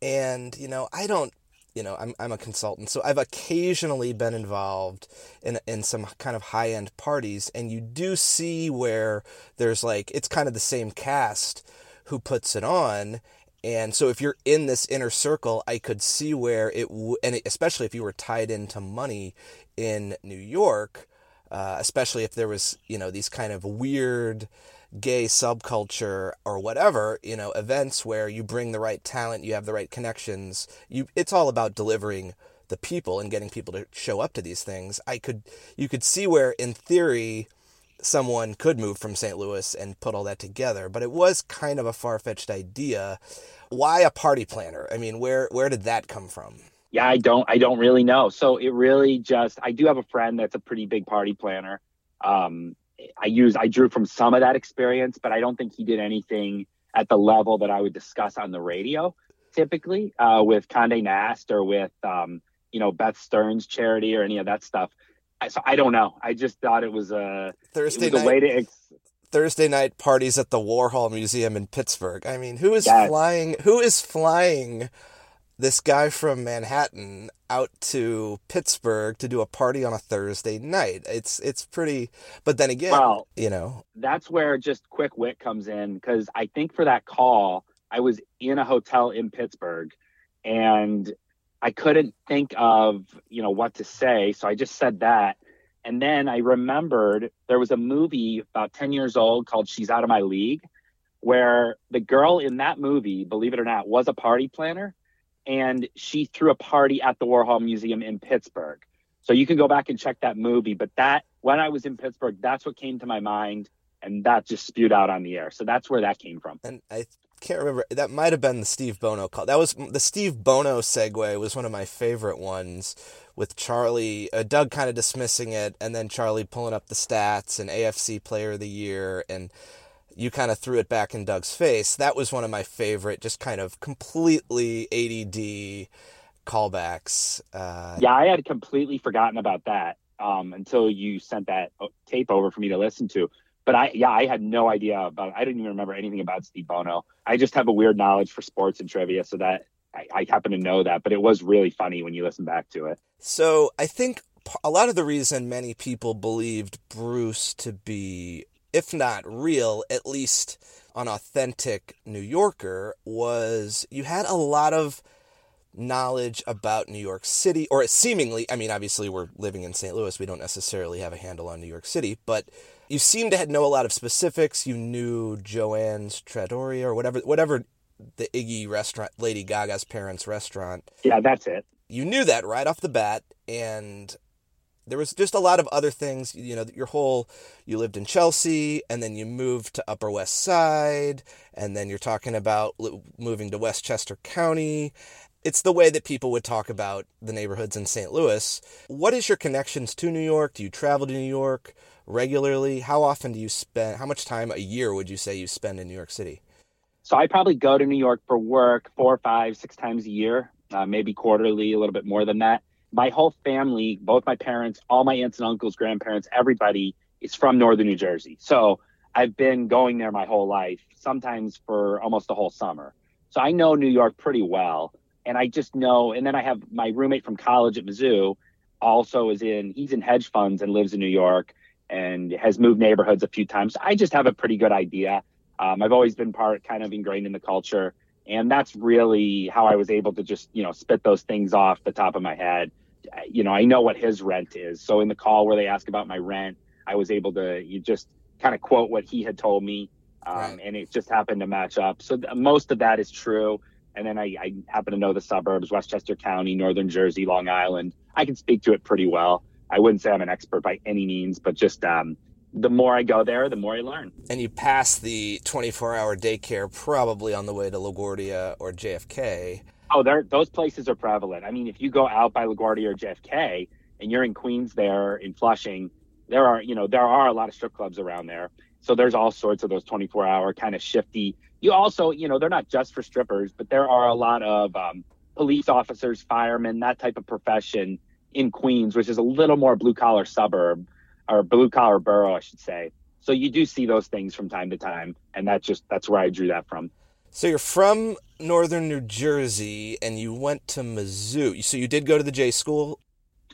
Speaker 3: And, you know, I don't you know, I'm, I'm a consultant, so I've occasionally been involved in, in some kind of high end parties, and you do see where there's like, it's kind of the same cast who puts it on. And so if you're in this inner circle, I could see where it, w- and it, especially if you were tied into money in New York, uh, especially if there was, you know, these kind of weird, gay subculture or whatever you know events where you bring the right talent you have the right connections you it's all about delivering the people and getting people to show up to these things i could you could see where in theory someone could move from st louis and put all that together but it was kind of a far-fetched idea why a party planner i mean where where did that come from
Speaker 7: yeah i don't i don't really know so it really just i do have a friend that's a pretty big party planner um I used I drew from some of that experience, but I don't think he did anything at the level that I would discuss on the radio typically uh, with Condé Nast or with um, you know Beth Stearns charity or any of that stuff. I, so I don't know. I just thought it was a
Speaker 3: Thursday
Speaker 7: was
Speaker 3: night,
Speaker 7: a way to ex-
Speaker 3: Thursday night parties at the Warhol Museum in Pittsburgh. I mean, who is yes. flying? Who is flying? This guy from Manhattan out to Pittsburgh to do a party on a Thursday night. It's it's pretty but then again, well, you know.
Speaker 7: That's where just quick wit comes in cuz I think for that call, I was in a hotel in Pittsburgh and I couldn't think of, you know, what to say, so I just said that. And then I remembered there was a movie about 10 years old called She's Out of My League where the girl in that movie, believe it or not, was a party planner and she threw a party at the Warhol Museum in Pittsburgh. So you can go back and check that movie. But that, when I was in Pittsburgh, that's what came to my mind, and that just spewed out on the air. So that's where that came from.
Speaker 3: And I can't remember. That might have been the Steve Bono call. That was the Steve Bono segue was one of my favorite ones with Charlie, uh, Doug kind of dismissing it, and then Charlie pulling up the stats and AFC Player of the Year and. You kind of threw it back in Doug's face. That was one of my favorite, just kind of completely ADD callbacks. Uh,
Speaker 7: yeah, I had completely forgotten about that um, until you sent that tape over for me to listen to. But I, yeah, I had no idea about. I didn't even remember anything about Steve Bono. I just have a weird knowledge for sports and trivia, so that I, I happen to know that. But it was really funny when you listen back to it.
Speaker 3: So I think a lot of the reason many people believed Bruce to be, if not real, at least an authentic New Yorker, was you had a lot of knowledge about New York City, or seemingly, I mean, obviously we're living in St. Louis, we don't necessarily have a handle on New York City, but you seem to know a lot of specifics. You knew Joanne's Trattoria or whatever, whatever the Iggy restaurant, Lady Gaga's parents' restaurant.
Speaker 7: Yeah, that's it.
Speaker 3: You knew that right off the bat, and there was just a lot of other things. You know, your whole you lived in Chelsea, and then you moved to Upper West Side, and then you're talking about li- moving to Westchester County. It's the way that people would talk about the neighborhoods in St. Louis. What is your connections to New York? Do you travel to New York regularly? How often do you spend? How much time a year would you say you spend in New York City?
Speaker 7: So I probably go to New York for work four, five, six times a year, uh, maybe quarterly, a little bit more than that. My whole family, both my parents, all my aunts and uncles, grandparents, everybody is from Northern New Jersey. So I've been going there my whole life, sometimes for almost the whole summer. So I know New York pretty well. And I just know, and then I have my roommate from college at Mizzou also is in, he's in hedge funds and lives in New York and has moved neighborhoods a few times. So I just have a pretty good idea. Um, I've always been part, kind of ingrained in the culture, and that's really how I was able to just you know spit those things off the top of my head. You know, I know what his rent is, so in the call where they ask about my rent, I was able to you just kind of quote what he had told me, um, right. and it just happened to match up. So th- most of that is true. And then I, I happen to know the suburbs, Westchester County, Northern Jersey, Long Island. I can speak to it pretty well. I wouldn't say I'm an expert by any means, but just um, the more I go there, the more I learn.
Speaker 3: And you pass the 24 hour daycare probably on the way to LaGuardia or JFK.
Speaker 7: Oh, those places are prevalent. I mean, if you go out by LaGuardia or JFK and you're in Queens there in Flushing, there are, you know, there are a lot of strip clubs around there. So there's all sorts of those 24 hour kind of shifty. You also, you know, they're not just for strippers, but there are a lot of um, police officers, firemen, that type of profession in Queens, which is a little more blue collar suburb or blue collar borough, I should say. So you do see those things from time to time, and that's just that's where I drew that from.
Speaker 3: So you're from northern New Jersey, and you went to Mizzou. So you did go to the J school.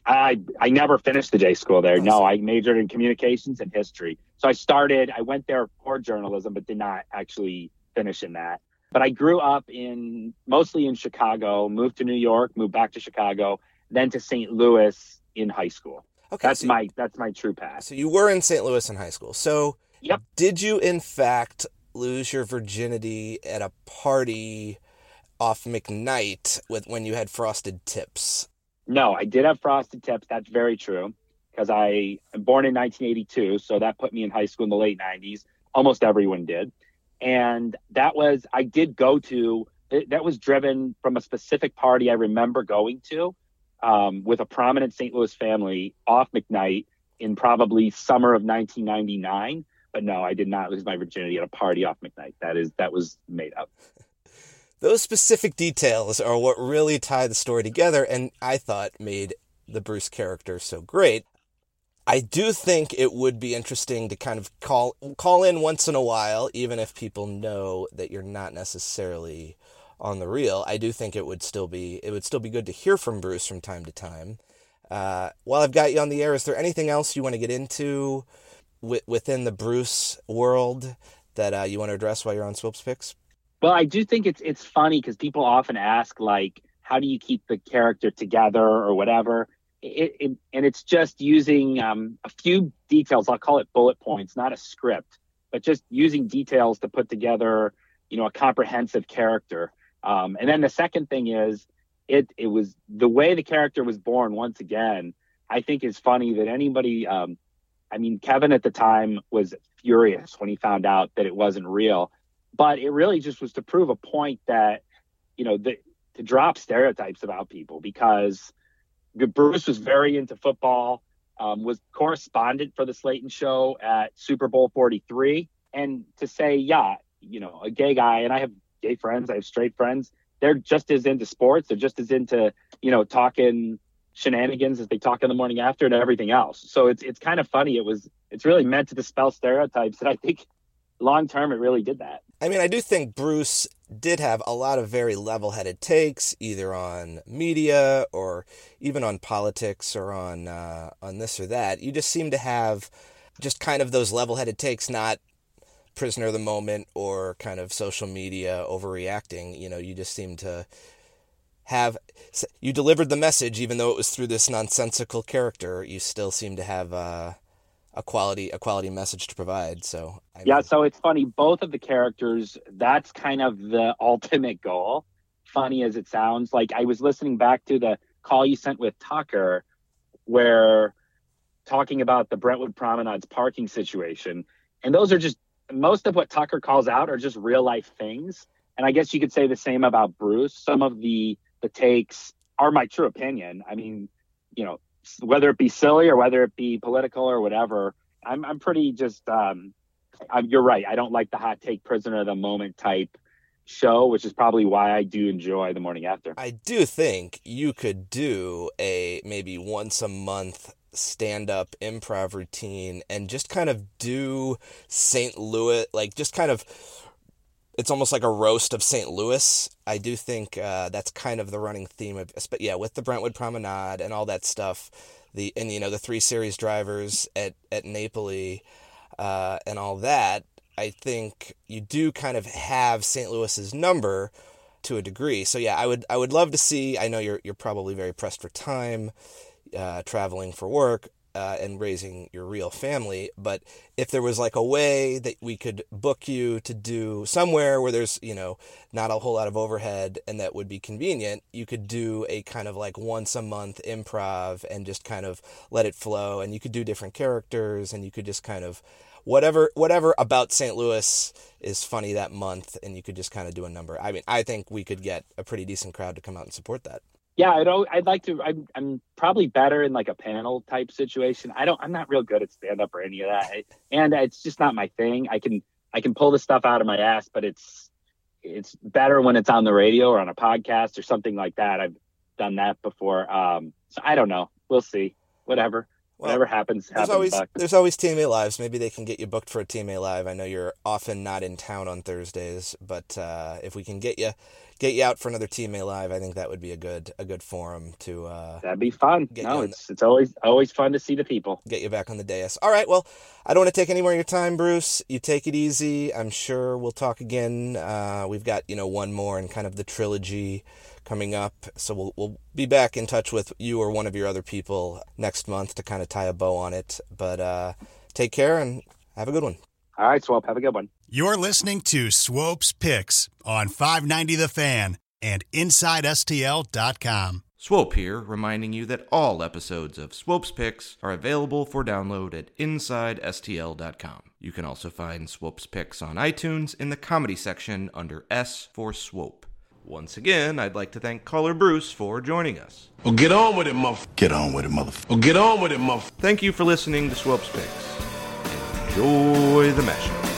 Speaker 7: I I never finished the J school there. Oh, no, sorry. I majored in communications and history. So I started. I went there for journalism, but did not actually finish in that. But I grew up in mostly in Chicago. Moved to New York. Moved back to Chicago. Then to St. Louis in high school. Okay, that's so my that's my true path.
Speaker 3: So you were in St. Louis in high school. So
Speaker 7: yep.
Speaker 3: did you in fact lose your virginity at a party off McKnight with when you had frosted tips?
Speaker 7: No, I did have frosted tips. That's very true because I am born in 1982, so that put me in high school in the late 90s. Almost everyone did, and that was I did go to that was driven from a specific party I remember going to. Um, with a prominent St. Louis family off McKnight in probably summer of 1999. But no, I did not lose my virginity at a party off McKnight. That is that was made up.
Speaker 3: Those specific details are what really tie the story together, and I thought made the Bruce character so great. I do think it would be interesting to kind of call call in once in a while, even if people know that you're not necessarily on the real, I do think it would still be it would still be good to hear from Bruce from time to time. Uh, while I've got you on the air, is there anything else you want to get into w- within the Bruce world that uh, you want to address while you're on Swoop's picks?
Speaker 7: Well, I do think it's it's funny because people often ask like, how do you keep the character together or whatever. It, it and it's just using um, a few details. I'll call it bullet points, not a script, but just using details to put together, you know, a comprehensive character. Um, and then the second thing is it it was the way the character was born once again. I think is funny that anybody. Um, I mean, Kevin at the time was furious when he found out that it wasn't real, but it really just was to prove a point that you know the, to drop stereotypes about people because Bruce was very into football, um, was correspondent for the Slayton Show at Super Bowl forty three, and to say, yeah, you know, a gay guy, and I have gay friends, I have straight friends. They're just as into sports. They're just as into, you know, talking shenanigans as they talk in the morning after and everything else. So it's it's kind of funny. It was it's really meant to dispel stereotypes and I think long term it really did that.
Speaker 3: I mean, I do think Bruce did have a lot of very level headed takes, either on media or even on politics or on uh, on this or that. You just seem to have just kind of those level headed takes, not prisoner of the moment or kind of social media overreacting. You know, you just seem to have you delivered the message, even though it was through this nonsensical character. You still seem to have a, a quality a quality message to provide. So I
Speaker 7: yeah, so it's funny. Both of the characters, that's kind of the <laughs> ultimate goal. Funny as it sounds, like I was listening back to the call you sent with Tucker, where talking about the Brentwood Promenade's parking situation, and those are just most of what Tucker calls out are just real life things. And I guess you could say the same about Bruce. Some of the the takes are my true opinion. I mean, you know, whether it be silly or whether it be political or whatever, I'm I'm pretty just um, I'm, you're right. I don't like the hot take prisoner of the moment type show, which is probably why I do enjoy the morning after.
Speaker 3: I do think you could do a maybe once a month stand up improv routine and just kind of do St. Louis, like just kind of it's almost like a roast of St. Louis. I do think uh, that's kind of the running theme of, but yeah, with the Brentwood Promenade and all that stuff, the and you know the three series drivers at at Napoli uh, and all that. I think you do kind of have St. Louis's number to a degree. So yeah, I would I would love to see. I know you're you're probably very pressed for time, uh, traveling for work. Uh, and raising your real family. But if there was like a way that we could book you to do somewhere where there's, you know, not a whole lot of overhead and that would be convenient, you could do a kind of like once a month improv and just kind of let it flow. And you could do different characters and you could just kind of whatever whatever about St. Louis is funny that month and you could just kind of do a number. I mean, I think we could get a pretty decent crowd to come out and support that
Speaker 7: yeah i'd, I'd like to I'm, I'm probably better in like a panel type situation i don't i'm not real good at stand up or any of that I, and it's just not my thing i can i can pull the stuff out of my ass but it's it's better when it's on the radio or on a podcast or something like that i've done that before um so i don't know we'll see whatever well, whatever happens,
Speaker 3: there's
Speaker 7: happens,
Speaker 3: always
Speaker 7: Buck.
Speaker 3: there's always TMA lives. Maybe they can get you booked for a TMA live. I know you're often not in town on Thursdays, but uh, if we can get you get you out for another TMA live, I think that would be a good a good forum to. Uh,
Speaker 7: That'd be fun. No, it's the, it's always always fun to see the people.
Speaker 3: Get you back on the dais. All right. Well, I don't want to take any more of your time, Bruce. You take it easy. I'm sure we'll talk again. Uh, we've got you know one more and kind of the trilogy coming up. So we'll, we'll be back in touch with you or one of your other people next month to kind of tie a bow on it. But uh, take care and have a good one.
Speaker 7: All right, Swope. Have a good one.
Speaker 8: You're listening to Swope's Picks on 590 The Fan and InsideSTL.com.
Speaker 6: Swope here, reminding you that all episodes of Swope's Picks are available for download at InsideSTL.com. You can also find Swope's Picks on iTunes in the comedy section under S for Swope. Once again, I'd like to thank caller Bruce for joining us.
Speaker 5: Well, get on with it, motherfucker.
Speaker 29: Get on with it, motherfucker.
Speaker 5: Well, get on with it, motherfucker.
Speaker 6: Thank you for listening to Swope's Picks. Enjoy the mashup.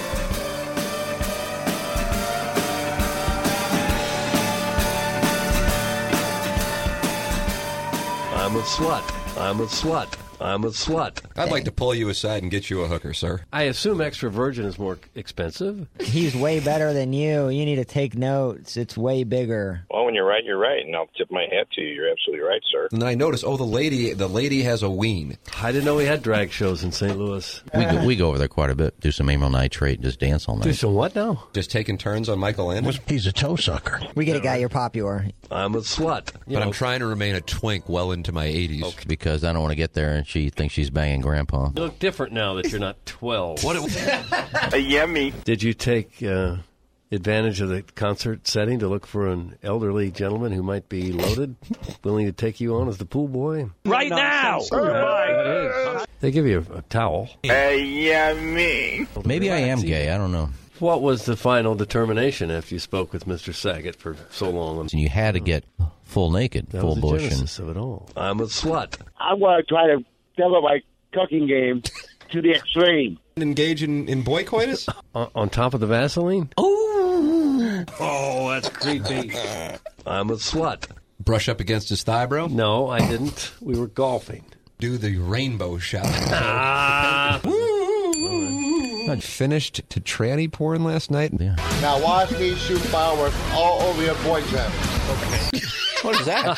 Speaker 2: I'm a slut. I'm a slut. I'm a slut.
Speaker 30: I'd like to pull you aside and get you a hooker, sir.
Speaker 2: I assume extra virgin is more expensive.
Speaker 31: He's way better than you. You need to take notes. It's way bigger.
Speaker 32: Well, when you're right, you're right, and I'll tip my hat to you. You're absolutely right, sir.
Speaker 30: And I noticed, oh, the lady, the lady has a ween.
Speaker 2: I didn't know we had drag shows in St. Louis.
Speaker 33: We go, we go over there quite a bit. Do some amyl nitrate and just dance all night.
Speaker 2: Do some what now?
Speaker 30: Just taking turns on Michael Landon.
Speaker 5: He's a toe sucker.
Speaker 31: We get a guy you're popular.
Speaker 2: I'm a slut,
Speaker 30: but know. I'm trying to remain a twink well into my 80s
Speaker 33: okay. because I don't want to get there and she thinks she's banging grandpa.
Speaker 2: You look different now that you're not 12. What?
Speaker 32: a yummy.
Speaker 2: Did you take uh, advantage of the concert setting to look for an elderly gentleman who might be <laughs> loaded, willing to take you on as the pool boy?
Speaker 32: Right now. Oh
Speaker 2: they give you a, a towel.
Speaker 32: A yummy.
Speaker 33: Maybe I am gay. I don't know.
Speaker 2: What was the final determination after you spoke with Mr. Saget for so long?
Speaker 33: And you had to get full naked,
Speaker 2: that
Speaker 33: full
Speaker 2: was
Speaker 33: bush,
Speaker 2: and of it all. I'm a slut.
Speaker 32: I want to try to develop my cooking game to the extreme.
Speaker 30: Engage in, in boy <laughs> coitus?
Speaker 2: on, on top of the Vaseline?
Speaker 33: Oh.
Speaker 30: Ooh.
Speaker 2: Oh, that's creepy. I'm a slut.
Speaker 30: Brush up against his thigh, bro?
Speaker 2: No, I didn't. We were golfing.
Speaker 30: Do the rainbow <laughs> shot.
Speaker 2: Ah.
Speaker 30: I finished to tranny porn last night.
Speaker 33: Yeah.
Speaker 34: Now watch me shoot fireworks all over your boyfriend.
Speaker 33: Okay. what is that?